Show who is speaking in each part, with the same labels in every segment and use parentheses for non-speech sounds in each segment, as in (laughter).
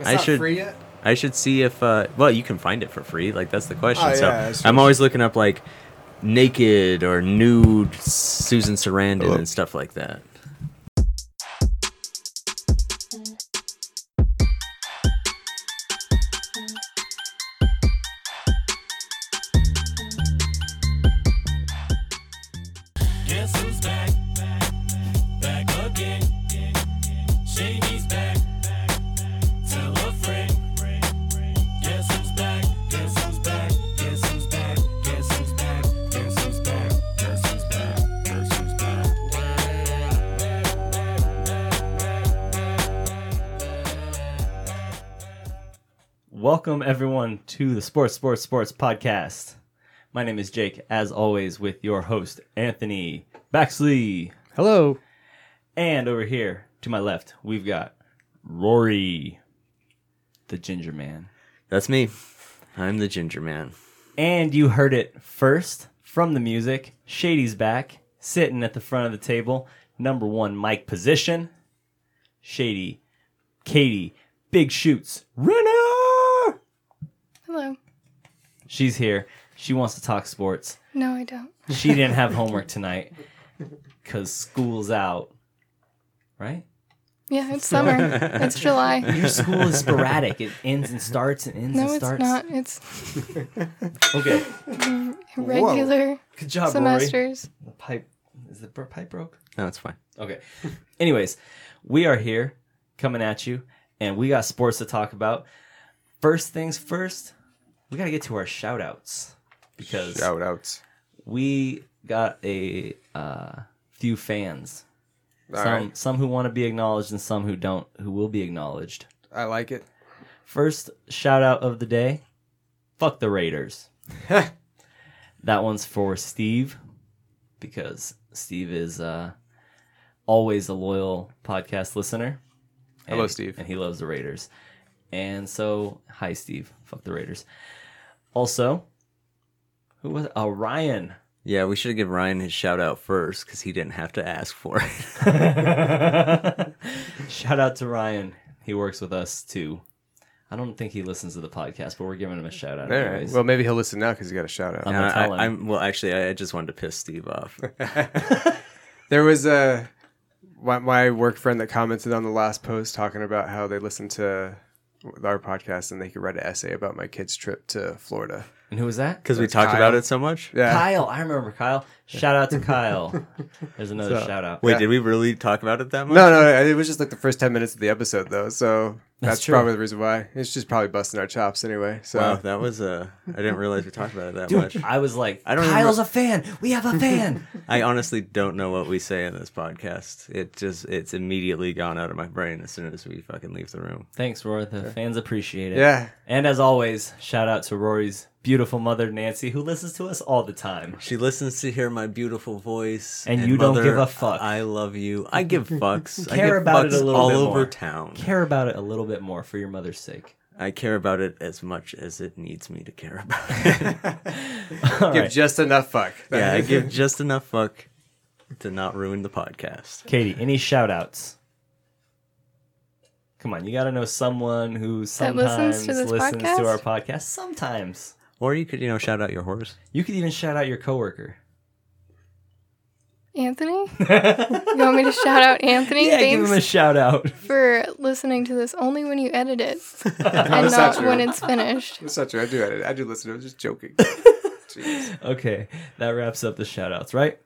Speaker 1: It's
Speaker 2: I
Speaker 1: not
Speaker 2: should
Speaker 1: free yet.
Speaker 2: I should see if uh well you can find it for free like that's the question.
Speaker 1: Oh,
Speaker 2: so
Speaker 1: yeah, it's
Speaker 2: I'm
Speaker 1: just-
Speaker 2: always looking up like naked or nude Susan Sarandon
Speaker 1: Oh.
Speaker 3: Hello.
Speaker 2: and stuff like that.
Speaker 4: Welcome everyone to the Sports Sports Sports podcast. My name is Jake, as always, with your host Anthony Baxley,
Speaker 1: Hello.
Speaker 4: and over here to my left we've got Rory, the Ginger Man,
Speaker 2: That's me. I'm the ginger man.
Speaker 4: and you heard it first from the music. Shady's back, sitting at the front of the table, number one mic position. Shady, Katie, Big Shoots, Renner.
Speaker 5: Hello.
Speaker 4: She's here. She wants to talk sports.
Speaker 5: No, I don't.
Speaker 4: she didn't have homework tonight because school's out. Right?
Speaker 5: Yeah, it's summer.
Speaker 4: (laughs)
Speaker 5: it's July.
Speaker 4: Your school is sporadic. It ends and starts and ends
Speaker 5: No,
Speaker 4: and
Speaker 5: it's
Speaker 4: starts.
Speaker 5: not. It's
Speaker 4: Okay.
Speaker 5: regular
Speaker 4: Good job, Rory.
Speaker 5: semesters.
Speaker 4: The pipe is the bro- pipe broke.
Speaker 2: No, it's fine.
Speaker 4: Okay. Anyways, we are here coming at you, and we got sports to talk about. First things first, we got to get to our shout outs because
Speaker 3: Shout outs.
Speaker 4: we got a uh, few fans.
Speaker 3: All
Speaker 4: some
Speaker 3: right.
Speaker 4: some who want to be acknowledged and some who don't, who will be acknowledged.
Speaker 3: I like it.
Speaker 4: First shout out of the day. Fuck the
Speaker 3: (laughs)
Speaker 4: Raiders. that one's for Steve because Steve is uh, always a loyal podcast listener. And-
Speaker 3: Hello, Steve.
Speaker 4: And he loves the Raiders. And so, hi, Steve. Fuck the Raiders. Also, who was oh Ryan?
Speaker 2: Yeah, we should have given Ryan his shout out first because he didn't have to ask for
Speaker 4: (laughs)
Speaker 2: it.
Speaker 4: Shout out to Ryan. He works with us too. I don't think he listens to the podcast, but we're giving him a shout out.
Speaker 3: All right.
Speaker 4: anyways.
Speaker 3: Well, maybe he'll listen now because he got a shout out.
Speaker 4: I'm
Speaker 2: And
Speaker 4: gonna
Speaker 2: I,
Speaker 4: tell him.
Speaker 2: I'm well, actually, I I just wanted to piss Steve
Speaker 1: (laughs)
Speaker 2: off.
Speaker 3: There was a my, my work friend that commented on the last post talking about how they listened to our podcast and they could write an essay about my kid's trip to Florida.
Speaker 4: and who was that?
Speaker 2: Because we
Speaker 3: That's
Speaker 2: talked
Speaker 3: Kyle.
Speaker 2: about it so much.
Speaker 3: Yeah,
Speaker 4: Kyle. I remember Kyle. Shout out
Speaker 2: (laughs)
Speaker 4: to Kyle. There's another
Speaker 3: So-
Speaker 4: shout out.
Speaker 2: Wait,
Speaker 3: Yeah.
Speaker 2: did we really talk about it that much?
Speaker 3: No, no, no, it was just like the first ten minutes of the episode, though. So that's,
Speaker 4: true.
Speaker 3: probably the reason why. It's just probably busting our chops anyway. So
Speaker 2: Wow, that was uh, I didn't realize we talked about it that much.
Speaker 4: Dude, I was like,
Speaker 2: I don't
Speaker 4: Kyle's a fan. We
Speaker 2: (laughs)
Speaker 4: have a fan.
Speaker 2: I honestly don't know what we say in this podcast. It just it's immediately gone out of my brain as soon as we fucking leave the room.
Speaker 4: Thanks, Rory. The fans appreciate it.
Speaker 3: yeah,
Speaker 4: And as always, shout out to Rory's beautiful mother, Nancy, who listens to us all the time.
Speaker 2: She listens to hear my beautiful voice,
Speaker 4: And you don't give a fuck.
Speaker 2: I love you. I
Speaker 4: (laughs)
Speaker 2: give fucks. I
Speaker 4: Care
Speaker 2: give
Speaker 4: about it
Speaker 2: fucks
Speaker 4: a little
Speaker 2: all
Speaker 4: bit
Speaker 2: over
Speaker 4: more.
Speaker 2: town.
Speaker 4: Care about it a little bit more for your mother's sake.
Speaker 2: I care about it as much as it needs me to care
Speaker 4: (laughs)
Speaker 2: about it.
Speaker 4: All
Speaker 3: give
Speaker 4: right.
Speaker 3: just enough fuck. (laughs)
Speaker 2: yeah, I give just enough fuck to not ruin the podcast.
Speaker 4: Katie, any shout outs? Come on, you got to know someone who sometimes
Speaker 5: listens to
Speaker 4: listens,
Speaker 5: this
Speaker 4: to,
Speaker 5: podcast?
Speaker 4: our podcast. Sometimes.
Speaker 2: Or you could, you know, shout out your horse.
Speaker 4: You could even shout out your coworker. (laughs)
Speaker 5: Anthony? you want me to shout out Anthony?
Speaker 4: Yeah, give
Speaker 5: Thanks
Speaker 4: him a shout out.
Speaker 5: for listening to this only when you edit it and
Speaker 3: That's
Speaker 5: not
Speaker 3: not
Speaker 5: when
Speaker 3: true.
Speaker 5: it's finished.
Speaker 3: That's not true. I do edit. I do listen. I'm just joking. Jeez.
Speaker 4: (laughs) Okay, that wraps up the shout outs, right?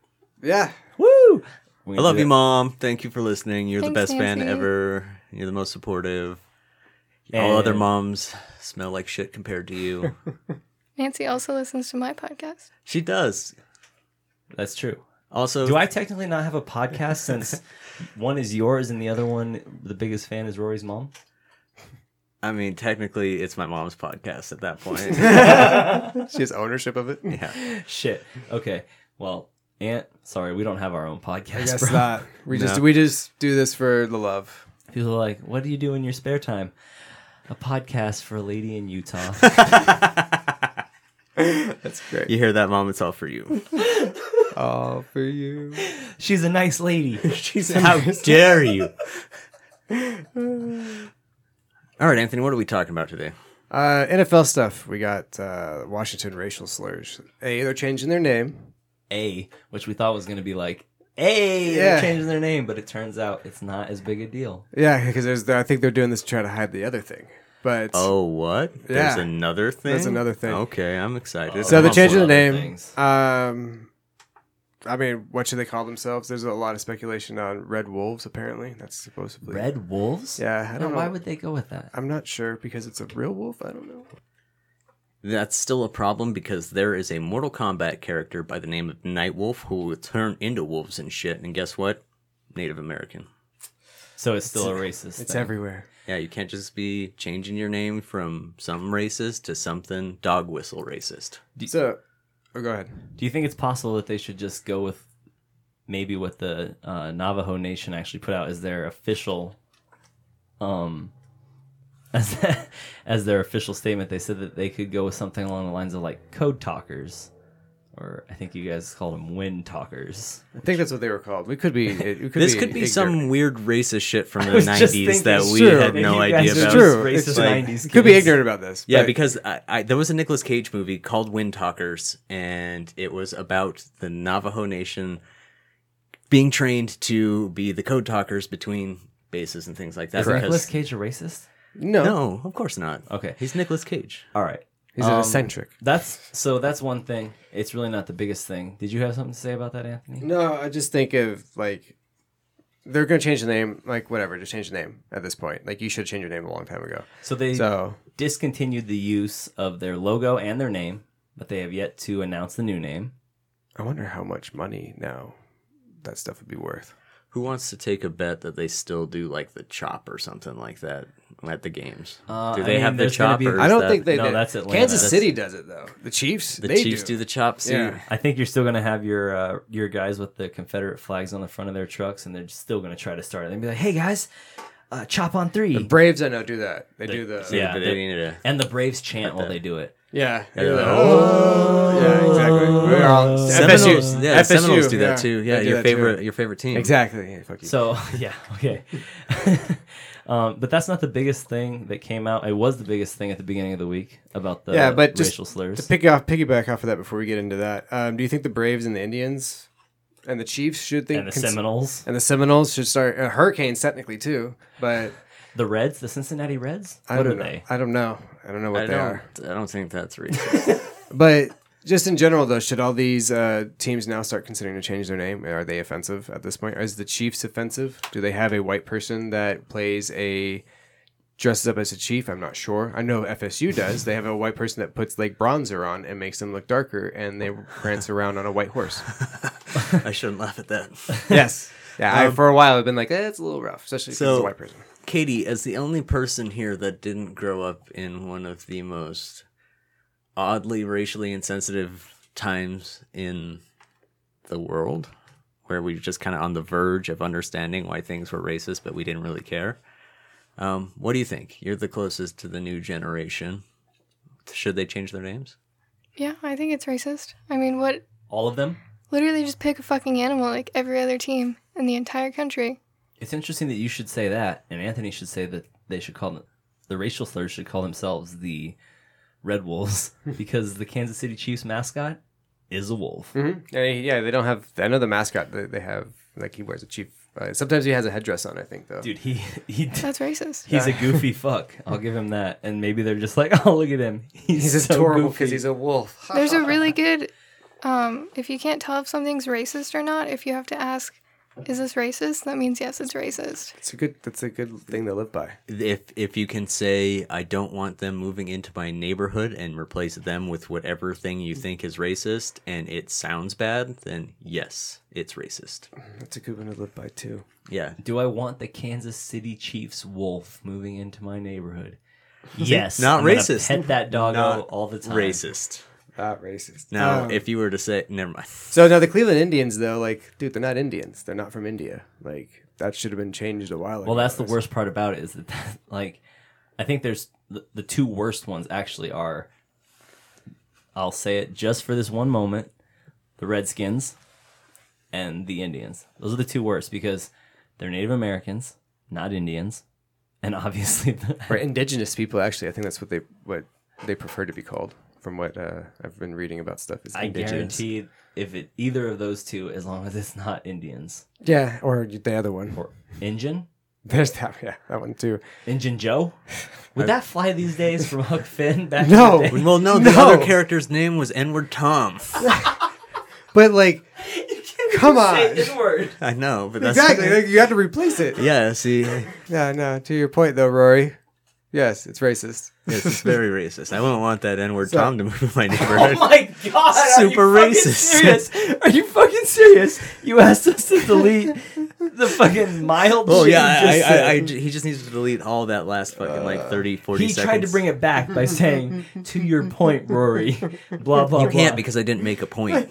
Speaker 3: Yeah,
Speaker 4: Woo!
Speaker 2: I love you, mom. Thank you for listening. You're the best
Speaker 5: Thanks,
Speaker 2: fan
Speaker 5: Nancy.
Speaker 2: ever. You're the most supportive. All other
Speaker 4: And-
Speaker 2: moms smell like shit compared to
Speaker 3: (laughs)
Speaker 2: you.
Speaker 5: Nancy also listens to my podcast.
Speaker 2: she does.
Speaker 4: That's true.
Speaker 2: Also,
Speaker 4: Do I technically not have
Speaker 2: (laughs)
Speaker 4: a podcast since one is yours and the other one, the biggest fan is Rory's mom?
Speaker 2: I mean, technically, it's my mom's podcast at
Speaker 3: (laughs)
Speaker 2: that point.
Speaker 3: she has ownership of it.
Speaker 2: yeah.
Speaker 4: Shit. Okay. Well, Aunt, sorry, we don't have our own podcast.
Speaker 3: I guess
Speaker 4: bro.
Speaker 3: not. We just
Speaker 2: No.
Speaker 3: we just do this for the
Speaker 4: (laughs)
Speaker 3: love.
Speaker 4: People are like, what do you do in your spare time? A podcast for a lady
Speaker 3: (laughs)
Speaker 4: in Utah.
Speaker 3: That's great.
Speaker 2: You hear that, mom? It's all for you.
Speaker 3: (laughs) All for you.
Speaker 4: She's a nice lady.
Speaker 3: (laughs)
Speaker 2: How dare you? All right, Anthony, what are we talking about today?
Speaker 3: Uh, NFL stuff. We got uh, Washington racial slurs. Hey, they're changing their name.
Speaker 4: A, which we thought was going to be like, hey,
Speaker 3: Yeah.
Speaker 4: they're changing their name, but it turns out it's not as big a deal.
Speaker 3: Yeah, because there's. The, I think they're doing this to try to hide the other thing. But
Speaker 2: Oh, what? There's
Speaker 3: Yeah.
Speaker 2: another thing.
Speaker 3: There's another thing.
Speaker 2: Okay, I'm excited.
Speaker 3: so
Speaker 4: they
Speaker 3: the change
Speaker 4: changed
Speaker 3: of the name.
Speaker 4: other things.
Speaker 3: Um, I mean, what should they call themselves? There's a lot of speculation on Red Wolves. Apparently, that's supposedly
Speaker 4: Red Wolves?
Speaker 3: Yeah, I
Speaker 4: Now,
Speaker 3: don't know.
Speaker 4: why would they go with that?
Speaker 3: I'm not sure because it's a real wolf. I don't know.
Speaker 2: That's still a problem because there is a Mortal Kombat character by the name of Nightwolf who will turn into wolves and shit. And guess what? Native American.
Speaker 4: So it's still a racist.
Speaker 3: It's
Speaker 4: thing.
Speaker 3: everywhere.
Speaker 2: Yeah, you can't just be changing your name from some racist to something dog whistle racist.
Speaker 3: So, oh, go ahead.
Speaker 4: Do you think it's possible that they should just go with maybe what the uh, Navajo Nation actually put out as their official, um, (laughs) as as their official statement? They said that they could go with something along the lines of like code talkers, or I think you guys called them wind talkers.
Speaker 3: I think that's what they were called. We could be. It, we could
Speaker 2: This
Speaker 3: be
Speaker 2: could be
Speaker 3: ignorant.
Speaker 2: some weird racist shit
Speaker 4: (laughs)
Speaker 2: from the
Speaker 4: was just
Speaker 2: 90s that
Speaker 4: thinking-
Speaker 2: we
Speaker 3: True.
Speaker 2: had no
Speaker 4: You guys
Speaker 2: idea
Speaker 4: are
Speaker 2: about.
Speaker 3: It's
Speaker 4: Those
Speaker 3: true.
Speaker 4: racist
Speaker 3: It's like-
Speaker 4: 90s
Speaker 3: you Could be
Speaker 4: kids.
Speaker 3: ignorant about this.
Speaker 2: Yeah,
Speaker 3: but-
Speaker 2: because I, I, there was a Nicolas Cage movie called Wind Talkers, and it was about the Navajo Nation being trained to be the code talkers between bases and things like that.
Speaker 4: Is Nicolas Cage a racist?
Speaker 3: no,
Speaker 2: No, of course not.
Speaker 4: Okay,
Speaker 2: He's Nicolas Cage.
Speaker 4: all right.
Speaker 3: he's
Speaker 4: Um,
Speaker 3: an eccentric.
Speaker 4: That's so. That's one thing. It's really not the biggest thing. Did you have something to say about that, Anthony?
Speaker 3: No, I just think of like they're gonna change the name. Like whatever, just change the name at this point. Like you should change your name a long time ago.
Speaker 4: So they
Speaker 3: So
Speaker 4: discontinued the use of their logo and their name, but they have yet to announce the new name.
Speaker 3: I wonder how much money now that stuff would be worth.
Speaker 2: Who wants to take a bet that they still do like the chop or something like that at the games?
Speaker 4: Uh,
Speaker 2: do
Speaker 4: I
Speaker 2: they
Speaker 4: mean,
Speaker 2: have the
Speaker 4: there's gonna
Speaker 2: chop?
Speaker 4: be-
Speaker 2: or
Speaker 3: I
Speaker 2: is
Speaker 3: don't
Speaker 2: that-
Speaker 3: think they.
Speaker 4: no,
Speaker 3: did.
Speaker 4: that's Atlanta.
Speaker 3: Kansas
Speaker 4: That's-
Speaker 3: City does it though. The Chiefs.
Speaker 2: the
Speaker 3: they
Speaker 2: Chiefs do.
Speaker 3: do.
Speaker 2: the chop suit.
Speaker 3: Yeah.
Speaker 4: I think you're still going to have your uh, your guys with the Confederate flags on the front of their trucks, and they're still going to try to start it. They'll be like, "Hey guys, uh, chop on three.
Speaker 3: The Braves, I know, do that. They do the.
Speaker 4: Yeah,
Speaker 2: but
Speaker 4: they-
Speaker 2: they need to-
Speaker 4: and the Braves chant while they do it.
Speaker 3: Yeah.
Speaker 2: Yeah.
Speaker 3: You're like, oh. Yeah, exactly. We're all
Speaker 2: Seminoles,
Speaker 3: FSU.
Speaker 2: yeah, the Seminoles do that too. Yeah,
Speaker 3: they do
Speaker 2: your
Speaker 3: that too.
Speaker 2: favorite, your favorite team.
Speaker 3: Exactly. Yeah, fuck you.
Speaker 4: So (laughs) yeah, okay. um, but that's not the biggest thing that came out. It was the biggest thing at the beginning of the week about the
Speaker 3: Yeah, but just
Speaker 4: racial slurs.
Speaker 3: to pick off piggyback off of that before we get into that, um, do you think the Braves and the Indians and the Chiefs should think
Speaker 4: and the
Speaker 3: cons-
Speaker 4: Seminoles,
Speaker 3: and the Seminoles should start uh, Hurricanes technically too, but
Speaker 4: the Reds, the Cincinnati Reds.
Speaker 3: I
Speaker 4: What are
Speaker 3: don't know.
Speaker 4: they?
Speaker 3: I don't know. I don't know what
Speaker 2: I
Speaker 3: they
Speaker 2: don't,
Speaker 3: are.
Speaker 2: I don't think that's
Speaker 3: (laughs)
Speaker 2: racist.
Speaker 3: But just in general though, should all these uh, teams now start considering to change their name? Are they offensive at this point? Is the Chiefs offensive? Do they have a white person that plays a dresses up as a chief? I'm not sure. I know FSU does. they have a white person that puts like bronzer on and makes them look darker, and they prance around on a white horse.
Speaker 2: I shouldn't laugh at that.
Speaker 3: yes. Yeah, I, for a while I've been like, eh, it's a little rough, especially because it's
Speaker 2: So-
Speaker 3: a white person.
Speaker 2: Katie, as the only person here that didn't grow up in one of the most oddly racially insensitive times in the world, where we were just kind of on the verge of understanding why things were racist, but we didn't really care. Um, what do you think? You're the closest to the new generation. Should they change their names?
Speaker 5: Yeah, I think it's racist. I mean, what?
Speaker 4: All of them.
Speaker 5: Literally, just pick a fucking animal like every other team in the entire country.
Speaker 4: It's interesting that you should say that, and Anthony should say that they should call them, the racial slurs should call themselves the
Speaker 3: (laughs)
Speaker 4: Red Wolves because the Kansas City Chiefs mascot is a wolf.
Speaker 3: Mm-hmm. yeah, they don't have. I know the mascot that they have. Like he wears a chief. Uh, sometimes he has a headdress on. I think though.
Speaker 4: Dude, he
Speaker 3: (laughs)
Speaker 4: he
Speaker 5: That's racist.
Speaker 4: he's a goofy fuck. I'll give him that. And maybe they're just like, (laughs) oh look at him, he's,
Speaker 3: he's
Speaker 4: so
Speaker 3: adorable
Speaker 4: goofy."
Speaker 3: because he's a wolf.
Speaker 5: There's a really good. Um, if you can't tell if something's racist or not, if you have to ask, is this racist? That means yes, it's racist.
Speaker 3: It's a good. That's a good thing to live by.
Speaker 2: If if you can say I don't want them moving into my neighborhood and replace them with whatever thing you think is racist and it sounds bad, then yes, it's racist.
Speaker 3: That's a good one to live by too.
Speaker 2: Yeah.
Speaker 4: Do I want the Kansas City Chiefs wolf moving into my neighborhood? Yes,
Speaker 2: Not
Speaker 4: I'm gonna
Speaker 2: racist.
Speaker 4: Pet that doggo
Speaker 2: Not
Speaker 4: all the time.
Speaker 2: Racist.
Speaker 3: Not Ah, racist.
Speaker 2: Now,
Speaker 3: Um,
Speaker 2: if you were to say never mind.
Speaker 3: so now the Cleveland Indians though, like, dude, they're not Indians. They're not from India. Like that should have been changed a while ago.
Speaker 4: Well, that's the worst part about it is that, (laughs) that like, I think there's the, the two worst ones actually are. I'll say it just for this one moment: the Redskins and the Indians. Those are the two worst because they're Native Americans, not Indians, and (laughs) obviously the,
Speaker 3: Right, indigenous people actually, I think that's what they what they prefer to be called, from what uh, I've been reading about stuff. Is
Speaker 4: I guarantee if it either of those two, as long as it's not Indians
Speaker 3: Yeah, or the other one. (laughs)
Speaker 4: or Injun,
Speaker 3: There's that. Yeah, that one too.
Speaker 4: Injun Joe, would that fly these days from Huck Finn back?
Speaker 3: No.
Speaker 4: in the day? (laughs)
Speaker 2: Well, no, the other
Speaker 3: No.
Speaker 2: character's name was N-word Tom.
Speaker 3: But like, come
Speaker 4: Say
Speaker 3: on.
Speaker 4: N-word.
Speaker 2: (laughs) I know, but that's
Speaker 3: Exactly. like, you have to replace it.
Speaker 2: (laughs) Yeah, see, yes,
Speaker 3: No, no. To your point though, Rory. Yes, it's racist.
Speaker 2: it's very racist. I wouldn't want that N-word
Speaker 3: So-
Speaker 2: Tom to move in my
Speaker 4: Oh
Speaker 2: neighborhood.
Speaker 4: my god!
Speaker 2: Super
Speaker 4: are you fucking
Speaker 2: racist.
Speaker 4: Serious? Are you fucking serious? You asked us to delete the fucking
Speaker 2: (laughs)
Speaker 4: mild.
Speaker 2: Oh
Speaker 4: shit
Speaker 2: yeah,
Speaker 4: you
Speaker 2: I,
Speaker 4: just
Speaker 2: I, I,
Speaker 4: said.
Speaker 2: he just needs to delete all that last fucking like 30, 40
Speaker 4: he
Speaker 2: seconds.
Speaker 4: tried to bring it back by saying, "To your
Speaker 2: (laughs)
Speaker 4: point, Rory." Blah blah.
Speaker 2: You
Speaker 4: blah.
Speaker 2: can't because I didn't make a point.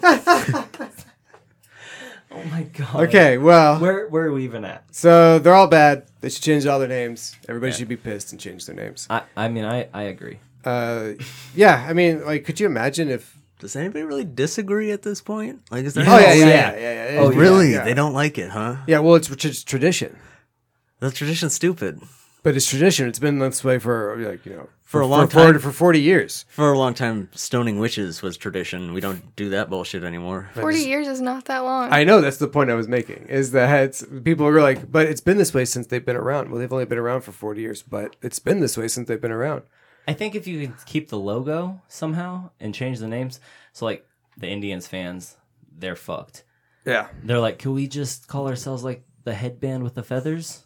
Speaker 4: Oh my god.
Speaker 3: Okay, well,
Speaker 4: Where where are we even at?
Speaker 3: so they're all bad. They should change all their names. Everybody should be pissed and change their names.
Speaker 4: I I mean I I agree.
Speaker 3: Uh, yeah, I mean, like, could you imagine if?
Speaker 2: Does anybody really disagree at this point? Like, is there?
Speaker 3: Oh yeah, yeah,
Speaker 2: anyone-
Speaker 3: yeah, yeah. yeah,
Speaker 2: Oh,
Speaker 3: yeah,
Speaker 2: really?
Speaker 3: yeah.
Speaker 2: They don't like it, huh?
Speaker 3: Yeah, well, it's tr- tradition,
Speaker 2: The tradition's stupid.
Speaker 3: but it's tradition. It's been this way for like you know
Speaker 2: For a long
Speaker 3: for, 40
Speaker 2: time.
Speaker 3: for forty years.
Speaker 2: For a long time, stoning witches was tradition. We don't do that bullshit anymore.
Speaker 5: 40 years is not that long.
Speaker 3: I know that's the point I was making is that it's, people are like, but it's been this way since they've been around. Well, they've only been around for forty years, but it's been this way since they've been around.
Speaker 4: I think if you could keep the logo somehow and change the names, so like the Indians fans, they're fucked.
Speaker 3: Yeah.
Speaker 4: They're like, can we just call ourselves like the headband with the feathers?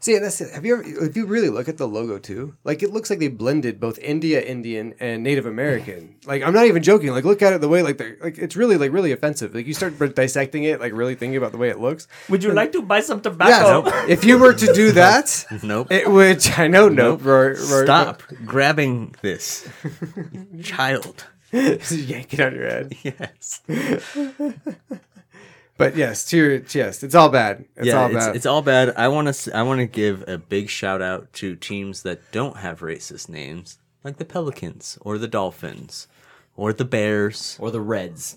Speaker 3: See, and that's it. Have you ever, if you really look at the logo too, like it looks like they blended both India Indian and Native American. Like I'm not even joking. Like look at it the way like they're like it's really like really offensive. Like you start dissecting it, like really thinking about the way it looks.
Speaker 4: Would you like to buy some
Speaker 3: Yeah.
Speaker 4: tobacco?
Speaker 3: If you were to do that,
Speaker 2: (laughs) Nope.
Speaker 3: it would. I know. Nope. Rory- Rory-
Speaker 2: Stop grabbing this, you child.
Speaker 3: (laughs) yank it out of your head.
Speaker 2: Yes.
Speaker 3: But yes, to your, yes, it's all bad. It's
Speaker 2: yeah,
Speaker 3: all
Speaker 2: it's,
Speaker 3: bad.
Speaker 2: it's all bad. I want to. I want to give a big shout out to teams that don't have racist names, like the Pelicans or the Dolphins or the Bears.
Speaker 4: Or the Reds?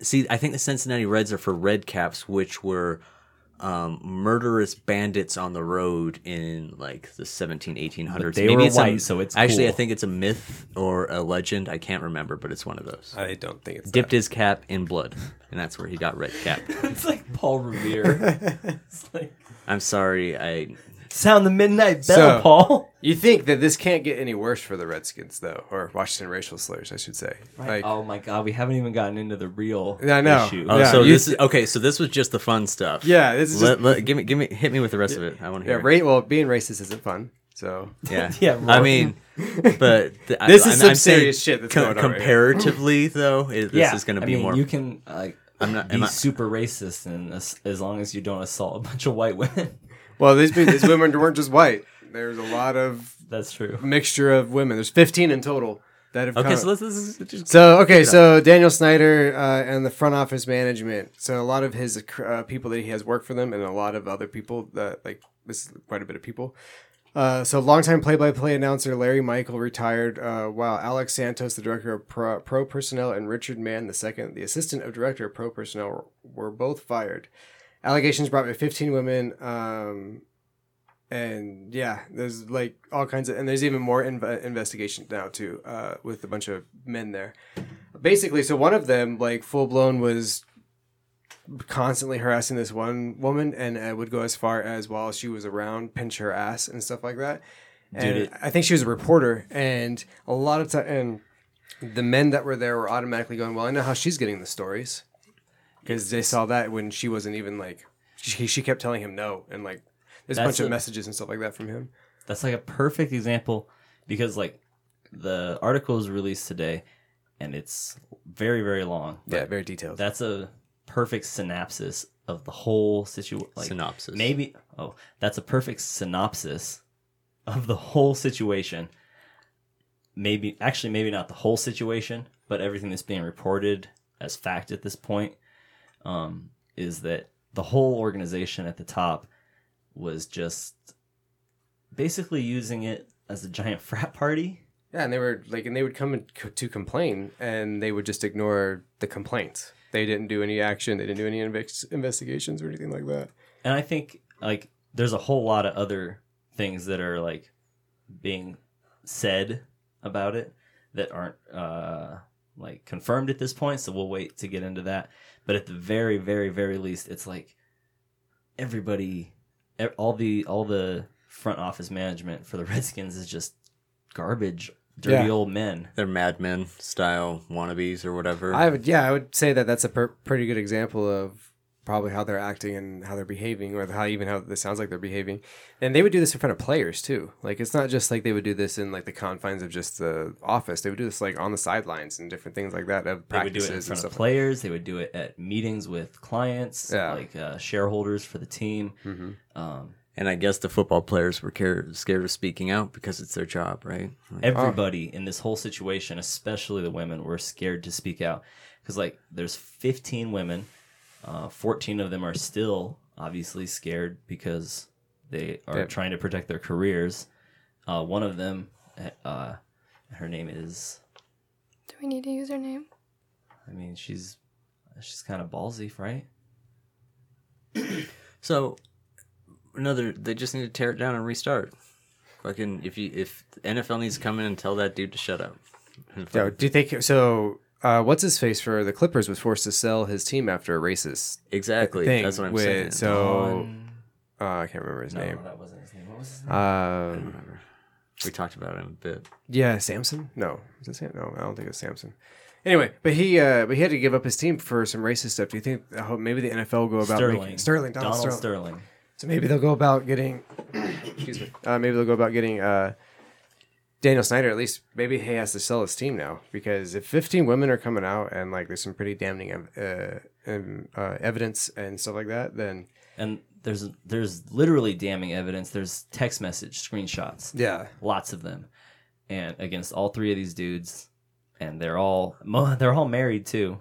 Speaker 2: See, I think the Cincinnati Reds are for Red Caps, which were um, murderous bandits on the road in like the 17, 1800s.
Speaker 4: they were
Speaker 2: it's a-
Speaker 4: white, so it's
Speaker 2: actually. I
Speaker 4: cool.
Speaker 2: think it's a myth or a legend. I can't remember, but it's one of those.
Speaker 3: I don't think it's
Speaker 2: Dipped his cap in blood, and that's where he got Red (laughs) Cap.
Speaker 4: it's like Paul Revere. (laughs) it's like
Speaker 2: I'm sorry, I
Speaker 4: sound the midnight bell,
Speaker 3: So-
Speaker 4: Paul.
Speaker 3: You think that this can't get any worse for the Redskins, though, or Washington racial slurs, I should say. Like,
Speaker 4: oh my god, we haven't even gotten into the real
Speaker 3: I know.
Speaker 4: issue.
Speaker 2: Oh,
Speaker 3: Yeah,
Speaker 2: so
Speaker 3: you-
Speaker 2: this is okay. So this was just the fun stuff.
Speaker 3: yeah, this is
Speaker 2: Let,
Speaker 3: just,
Speaker 2: let- give me, give me, hit me with the rest of it. I want to
Speaker 3: yeah.
Speaker 2: hear.
Speaker 3: Ra- well, being racist isn't fun. So
Speaker 2: it. yeah,
Speaker 4: Yeah,
Speaker 2: I
Speaker 3: (laughs)
Speaker 4: right.
Speaker 2: mean, but th- I-
Speaker 3: This is
Speaker 2: I'm-
Speaker 3: some
Speaker 2: I'm saying
Speaker 3: serious shit that's going on right here.
Speaker 2: comparatively, though, it, this
Speaker 4: yeah,
Speaker 2: is going to
Speaker 4: I
Speaker 2: be
Speaker 4: mean,
Speaker 2: more.
Speaker 4: You can like
Speaker 2: I'm not-
Speaker 4: be
Speaker 2: am I-
Speaker 4: super racist, and as, as long as you don't assault a bunch of white women, (laughs)
Speaker 3: well, these pe- these women weren't just white. There's a lot of
Speaker 4: that's true.
Speaker 3: mixture of women. There's 15 in total that have
Speaker 2: okay,
Speaker 3: come-
Speaker 2: so let's, this is just
Speaker 3: So okay, so Daniel Snyder uh, and the front office management. So a lot of his uh, people that he has worked for them, and a lot of other people that like this is quite a bit of people. Uh, so longtime play-by-play announcer Larry Michael retired, uh, while Alex Santos, the director of pro, pro personnel, and Richard Mann, the second, the assistant of director of pro personnel, were, were both fired. Allegations brought by 15 women. Um, and yeah, there's like all kinds of, and there's even more inv- investigation now too, uh, with a bunch of men there. Basically, so one of them, like full blown, was constantly harassing this one woman, and uh, would go as far as while she was around, pinch her ass and stuff like that. And
Speaker 4: Dude, it-
Speaker 3: I think she was a reporter, and a lot of time, and the men that were there were automatically going, "Well, I know how she's getting the stories," because they saw that when she wasn't even like she, she kept telling him no, and like there's a
Speaker 4: That's
Speaker 3: bunch of
Speaker 4: a-
Speaker 3: messages and stuff like that from him.
Speaker 4: That's like a perfect example because like the article is released today, and it's very very long.
Speaker 3: Yeah, very detailed.
Speaker 4: That's a perfect synopsis of the whole situation. Like,
Speaker 2: synopsis.
Speaker 4: Maybe. Oh, that's a perfect synopsis of the whole situation. Maybe, actually, maybe not the whole situation, but everything that's being reported as fact at this point um, is that the whole organization at the top was just basically using it as a giant (laughs) frat party.
Speaker 3: yeah, and they were like, and they would come and co- to complain, and they would just ignore the complaints. They didn't do any action. They didn't do any invex investigations or anything like that.
Speaker 4: And I think like there's a whole lot of other things that are like being said about it that aren't uh, like confirmed at this point. So we'll wait to get into that. But at the very, very, very least, it's like everybody, e- all the all the front office management for the (laughs) Redskins is just garbage, dirty
Speaker 3: Yeah.
Speaker 4: old men.
Speaker 2: They're madmen style wannabes or whatever.
Speaker 3: I would, yeah, I would say that that's a per- pretty good example of probably how they're acting and how they're behaving, or how even how it sounds like they're behaving. And they would do this in front of players too. Like it's not just like they would do this in like the confines of just the office. They would do this like on the sidelines and different things like that of
Speaker 4: They would do
Speaker 3: practices
Speaker 4: it in
Speaker 3: and
Speaker 4: front of
Speaker 3: stuff.
Speaker 4: players. They would do it at meetings with clients,
Speaker 3: Yeah.
Speaker 4: like uh, shareholders for the team.
Speaker 3: Mhm.
Speaker 4: Um,
Speaker 2: and I guess the football players were care- scared of speaking out because it's their job, right? Like,
Speaker 4: everybody in this whole situation, especially the women, were scared to speak out because like there's 15 women, uh, 14 of them are still obviously scared because they are
Speaker 3: Yeah.
Speaker 4: trying to protect their careers. Uh, one of them, uh, her name is,
Speaker 5: Do we need a username?
Speaker 4: I mean, she's she's kind of ballsy, right?
Speaker 2: so another, they just need to tear it down and restart. Fucking if you if the NFL needs to come in and tell that dude to shut up. And fuck-
Speaker 3: So, do you think so? Uh, what's his face for the Clippers was forced to sell his team after a racist
Speaker 2: exactly.
Speaker 3: thing.
Speaker 2: That's what I'm
Speaker 3: with-
Speaker 2: saying.
Speaker 3: So
Speaker 4: Don-
Speaker 3: uh, I can't remember his
Speaker 4: no,
Speaker 3: name.
Speaker 4: that wasn't his name. What was his name?
Speaker 2: I don't
Speaker 3: Um,
Speaker 2: remember. We talked about him a bit.
Speaker 3: Yeah, Samson? No, is it Sam? No, I don't think it's Samson. Anyway, but he uh, but he had to give up his team for some racist stuff. Do you think? I hope maybe the NFL go about
Speaker 4: Sterling.
Speaker 3: making- Sterling Donald, Sterling.
Speaker 4: Sterling.
Speaker 3: So maybe they'll go about getting. excuse me. Uh, maybe they'll go about getting uh, Daniel Snyder. At least maybe he has to sell his team now because if 15 women are coming out and like there's some pretty damning ev- uh, um, uh, evidence and stuff like that, then
Speaker 4: And there's there's literally damning evidence. There's text message screenshots,
Speaker 3: yeah,
Speaker 4: lots of them, and against all three of these dudes, and they're all (laughs) mo- they're all married too.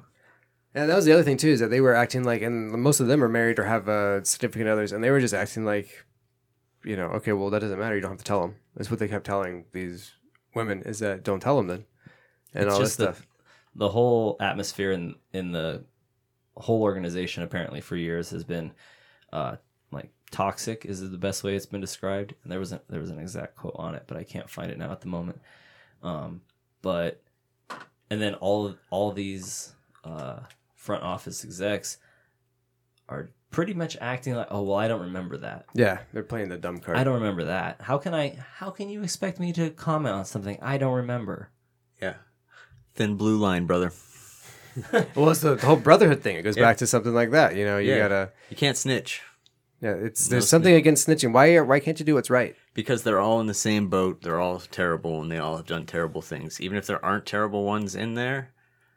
Speaker 3: And that was the other thing too is that they were acting like, and most of them are married or have uh, significant others, and they were just acting like, you know, okay, well that doesn't matter. You don't have to tell them. That's what they kept telling these women is that don't tell them then, and
Speaker 4: It's
Speaker 3: all this
Speaker 4: just the-
Speaker 3: stuff.
Speaker 4: The whole atmosphere in in the whole organization apparently for years has been uh, like toxic. Is the best way it's been described. And there was a, there was an exact quote on it, but I can't find it now at the moment. Um, but and then all all these uh, front office execs are pretty much acting like, oh well, I don't remember that.
Speaker 3: Yeah, they're playing the dumb card.
Speaker 4: I don't remember that. How can I? How can you expect me to comment on something I don't remember?
Speaker 2: Yeah. Thin blue line, brother.
Speaker 3: Well, it's the, the whole brotherhood thing. It goes
Speaker 2: Yeah.
Speaker 3: back to something like that. You know, you
Speaker 2: Yeah.
Speaker 3: gotta.
Speaker 2: You can't snitch
Speaker 3: Yeah, it's
Speaker 2: No
Speaker 3: there's something against snitching. Why are- why can't you do what's right?
Speaker 2: because they're all in the same boat. They're all terrible and they all have done terrible things. Even if there aren't terrible ones in there,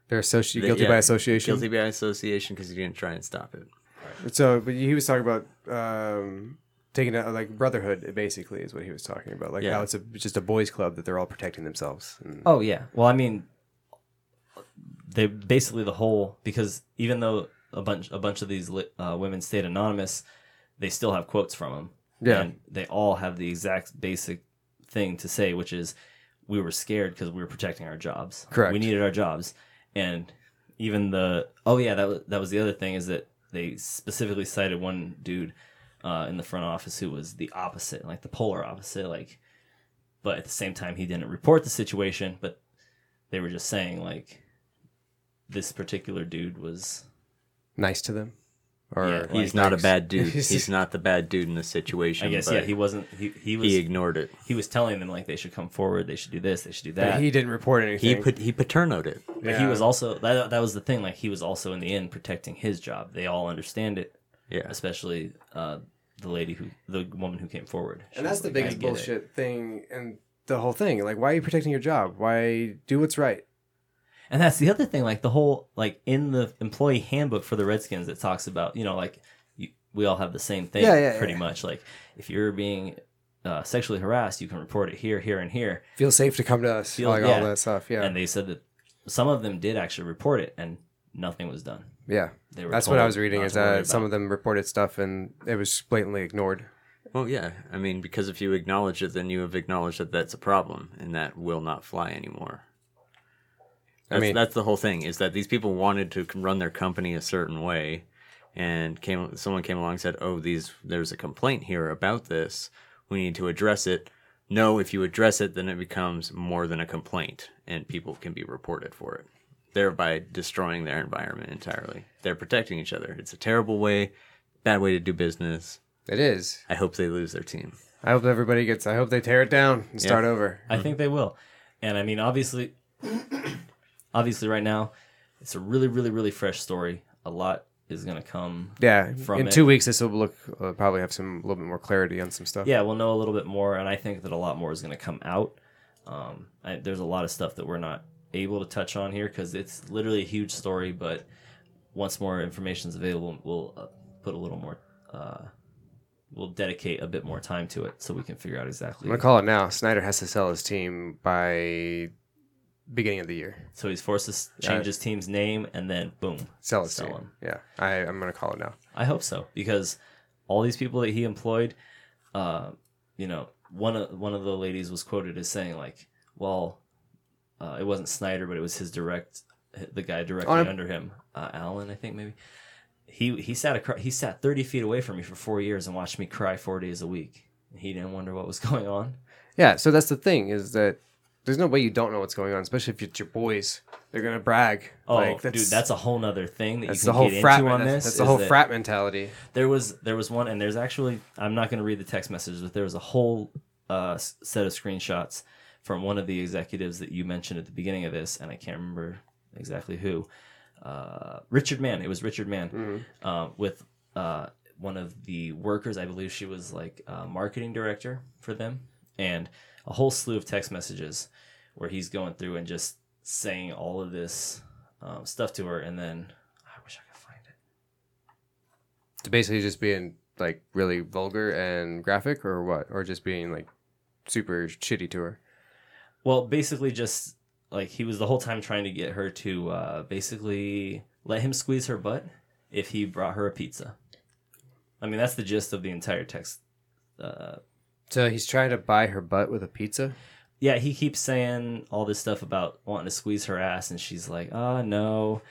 Speaker 3: They're associ-
Speaker 2: They-
Speaker 3: guilty
Speaker 2: yeah,
Speaker 3: by association.
Speaker 2: guilty by association because you didn't try and stop it.
Speaker 3: So, but he was talking about um, taking out like brotherhood, basically, is what he was talking about. Like
Speaker 2: Yeah.
Speaker 3: how it's a, just a boys' club that they're all protecting themselves. And,
Speaker 4: Oh yeah. Well, I mean, they basically the whole because even though a bunch a bunch of these li- uh, women stayed anonymous, they still have quotes from them.
Speaker 3: Yeah.
Speaker 4: And they all have the exact basic thing to say, which is, "We were scared because we were protecting our jobs.
Speaker 3: Correct.
Speaker 4: We needed our jobs." And even the oh yeah, that was, that was the other thing is that they specifically cited one dude uh, in the front office who was the opposite, like the polar opposite, like. But at the same time, he didn't report the situation. But they were just saying like this particular dude was
Speaker 3: nice to them, or
Speaker 4: Yeah, Like,
Speaker 2: He's not a bad
Speaker 3: (laughs)
Speaker 2: dude.
Speaker 4: (laughs)
Speaker 2: He's not the bad dude in the situation.
Speaker 4: I guess
Speaker 2: but
Speaker 4: yeah he wasn't he he was
Speaker 2: he
Speaker 4: he,
Speaker 2: ignored it.
Speaker 4: was telling them like they should come forward they should do this they should do that
Speaker 3: But he didn't report
Speaker 2: He
Speaker 3: anything.
Speaker 2: put he paternoed it.
Speaker 4: but he
Speaker 3: Yeah.
Speaker 4: was also that that was the thing like he was also in the end protecting his job they all understand it
Speaker 2: Yeah.
Speaker 4: especially uh the lady who the woman who came forward She
Speaker 3: and that's
Speaker 4: was
Speaker 3: the
Speaker 4: like, "I
Speaker 3: biggest
Speaker 4: get it."
Speaker 3: bullshit thing, and the whole thing. Like, why are you protecting your job? Why do what's right?
Speaker 4: And that's the other thing, like the whole like in the employee handbook for the Redskins, it talks about you know like you, we all have the same thing,
Speaker 3: Yeah, yeah,
Speaker 4: pretty
Speaker 3: yeah.
Speaker 4: much. Like if you're being uh, sexually harassed, you can report it here, here, and here.
Speaker 3: Feel safe to come to us.
Speaker 4: Feel-
Speaker 3: like
Speaker 4: yeah.
Speaker 3: all that stuff. Yeah,
Speaker 4: And they said that some of them did actually report it, and nothing was done.
Speaker 3: yeah.
Speaker 4: They were
Speaker 3: That's what
Speaker 4: told
Speaker 3: I was reading.
Speaker 4: not
Speaker 3: Is
Speaker 4: to worry
Speaker 3: that some
Speaker 4: about
Speaker 3: of them reported stuff and it was blatantly ignored.
Speaker 2: Well, yeah. I mean, because if you acknowledge it, then you have acknowledged that that's a problem, and that will not fly anymore.
Speaker 3: I
Speaker 2: That's,
Speaker 3: mean-
Speaker 2: that's the whole thing is that these people wanted to c- run their company a certain way, and came someone came along and said, "Oh, these there's a complaint here about this. We need to address it. No, if you address it, then it becomes more than a complaint and people can be reported for it, thereby destroying their environment entirely. They're protecting each other. It's a terrible way, bad way to do business.
Speaker 3: It is.
Speaker 2: I hope they lose their team.
Speaker 3: I hope everybody gets. I hope they tear it down and start over.
Speaker 4: I think they will. And I mean, obviously, (coughs) obviously, right now, it's a really, really, really fresh story. A lot is going to come.
Speaker 3: Yeah.
Speaker 4: From
Speaker 3: in
Speaker 4: it.
Speaker 3: two weeks, this will look uh, probably have some a little bit more clarity on some stuff.
Speaker 4: Yeah, we'll know a little bit more, and I think that a lot more is going to come out. Um, I, there's a lot of stuff that we're not able to touch on here because it's literally a huge story. But once more information is available, we'll uh, put a little more. Uh, we'll dedicate a bit more time to it so we can figure out
Speaker 3: I'm
Speaker 4: exactly.
Speaker 3: gonna call it now. Snyder has to sell his team by beginning of the year.
Speaker 4: So he's forced to s- change his team's name, and then boom,
Speaker 3: Sell his
Speaker 4: Sell
Speaker 3: team.
Speaker 4: him.
Speaker 3: Yeah. I I'm gonna call it now.
Speaker 4: I hope so because all these people that he employed, uh, you know, one of one of the ladies was quoted as saying like, "Well, uh, it wasn't Snyder, but it was his direct, the guy directly
Speaker 3: I'm-
Speaker 4: under him, uh, Allen, I think maybe." He he sat across, he sat thirty feet away from me for four years and watched me cry four days a week. He didn't wonder what was (laughs) going on.
Speaker 3: Yeah. So that's the thing is that there's no way you don't know what's going on, especially if it's your boys. They're gonna brag.
Speaker 4: Oh,
Speaker 3: Like,
Speaker 4: dude, that's a whole nother thing that you
Speaker 3: that's
Speaker 4: can
Speaker 3: the whole
Speaker 4: get
Speaker 3: frat.
Speaker 4: into on
Speaker 3: that's,
Speaker 4: this.
Speaker 3: that's the
Speaker 4: is
Speaker 3: whole
Speaker 4: that-
Speaker 3: frat mentality.
Speaker 4: There was there was one, and there's actually I'm not going to read the text messages, but there was a whole uh, s- set of screenshots from one of the executives that you mentioned at the beginning of this, and I can't remember exactly who. Uh, Richard Mann. It was Richard Mann uh, with uh, one of the workers. I believe she was like uh, marketing director for them, and a whole slew of text messages where he's going through and just saying all of this um, stuff to her, and then I wish I could find it.
Speaker 3: To basically just being like really vulgar and graphic, or what, or just being like super shitty to her.
Speaker 4: Well, basically, just like he was the whole time trying to get her to uh, basically let him squeeze her butt if he brought her a pizza. I mean, that's the gist of the entire text. Uh,
Speaker 3: So he's trying to buy her butt with a pizza.
Speaker 4: yeah, he keeps saying all this stuff about wanting to squeeze her ass, and she's like, "Ah, no,"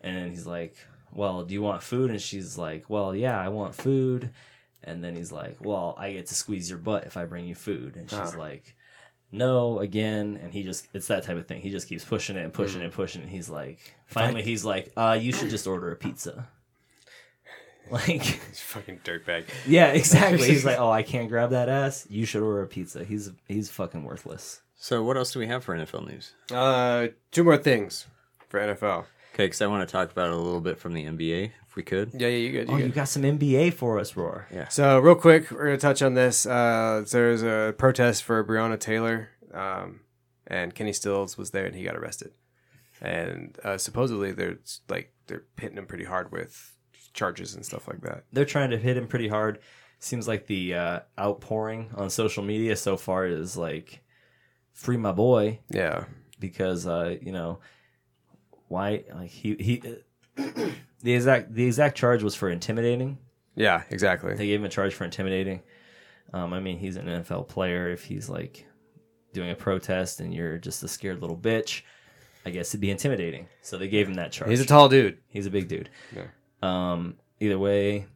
Speaker 4: and he's like, "Well, do you want food?" And she's like, "Well, yeah, I want food." And then he's like, "Well, I get to squeeze your butt if I bring you food," and she's
Speaker 3: Ah.
Speaker 4: like, "No," again, and he just—it's that type of thing. He just keeps pushing it and pushing
Speaker 3: Mm.
Speaker 4: it and pushing, it, and he's like, finally, he's like, "Uh, you should just order a pizza." (laughs) Like,
Speaker 3: Fucking dirtbag.
Speaker 4: yeah, exactly.
Speaker 3: (laughs)
Speaker 4: He's like, "Oh, I can't grab that ass. You should order a pizza." He's he's fucking worthless.
Speaker 2: So, what else do we have for NFL news?
Speaker 3: Uh, two more things for NFL.
Speaker 2: Okay, because I want to talk about it a little bit from the NBA, if we could.
Speaker 3: Yeah, yeah, you good.
Speaker 4: Oh, you got some NBA for us, Roar.
Speaker 3: So real quick, we're gonna touch on this. Uh, there's a protest for Breonna Taylor, um, and Kenny Stills was there, and he got arrested. And uh, supposedly they're like they're hitting him pretty hard with charges and stuff like that.
Speaker 4: They're trying to hit him pretty hard. Seems like the uh, outpouring on social media so far is like, free my boy,
Speaker 3: Yeah,
Speaker 4: because uh, you know, why? Like he he, uh, (coughs) the exact the exact charge was for intimidating.
Speaker 3: yeah, exactly.
Speaker 4: They gave him a charge for intimidating. Um, I mean, he's an NFL player. If he's like doing a protest and you're just a scared little bitch, I guess it'd be intimidating. So they gave him that charge.
Speaker 3: He's a tall dude.
Speaker 4: He's a big dude.
Speaker 3: Yeah.
Speaker 4: Um, either way,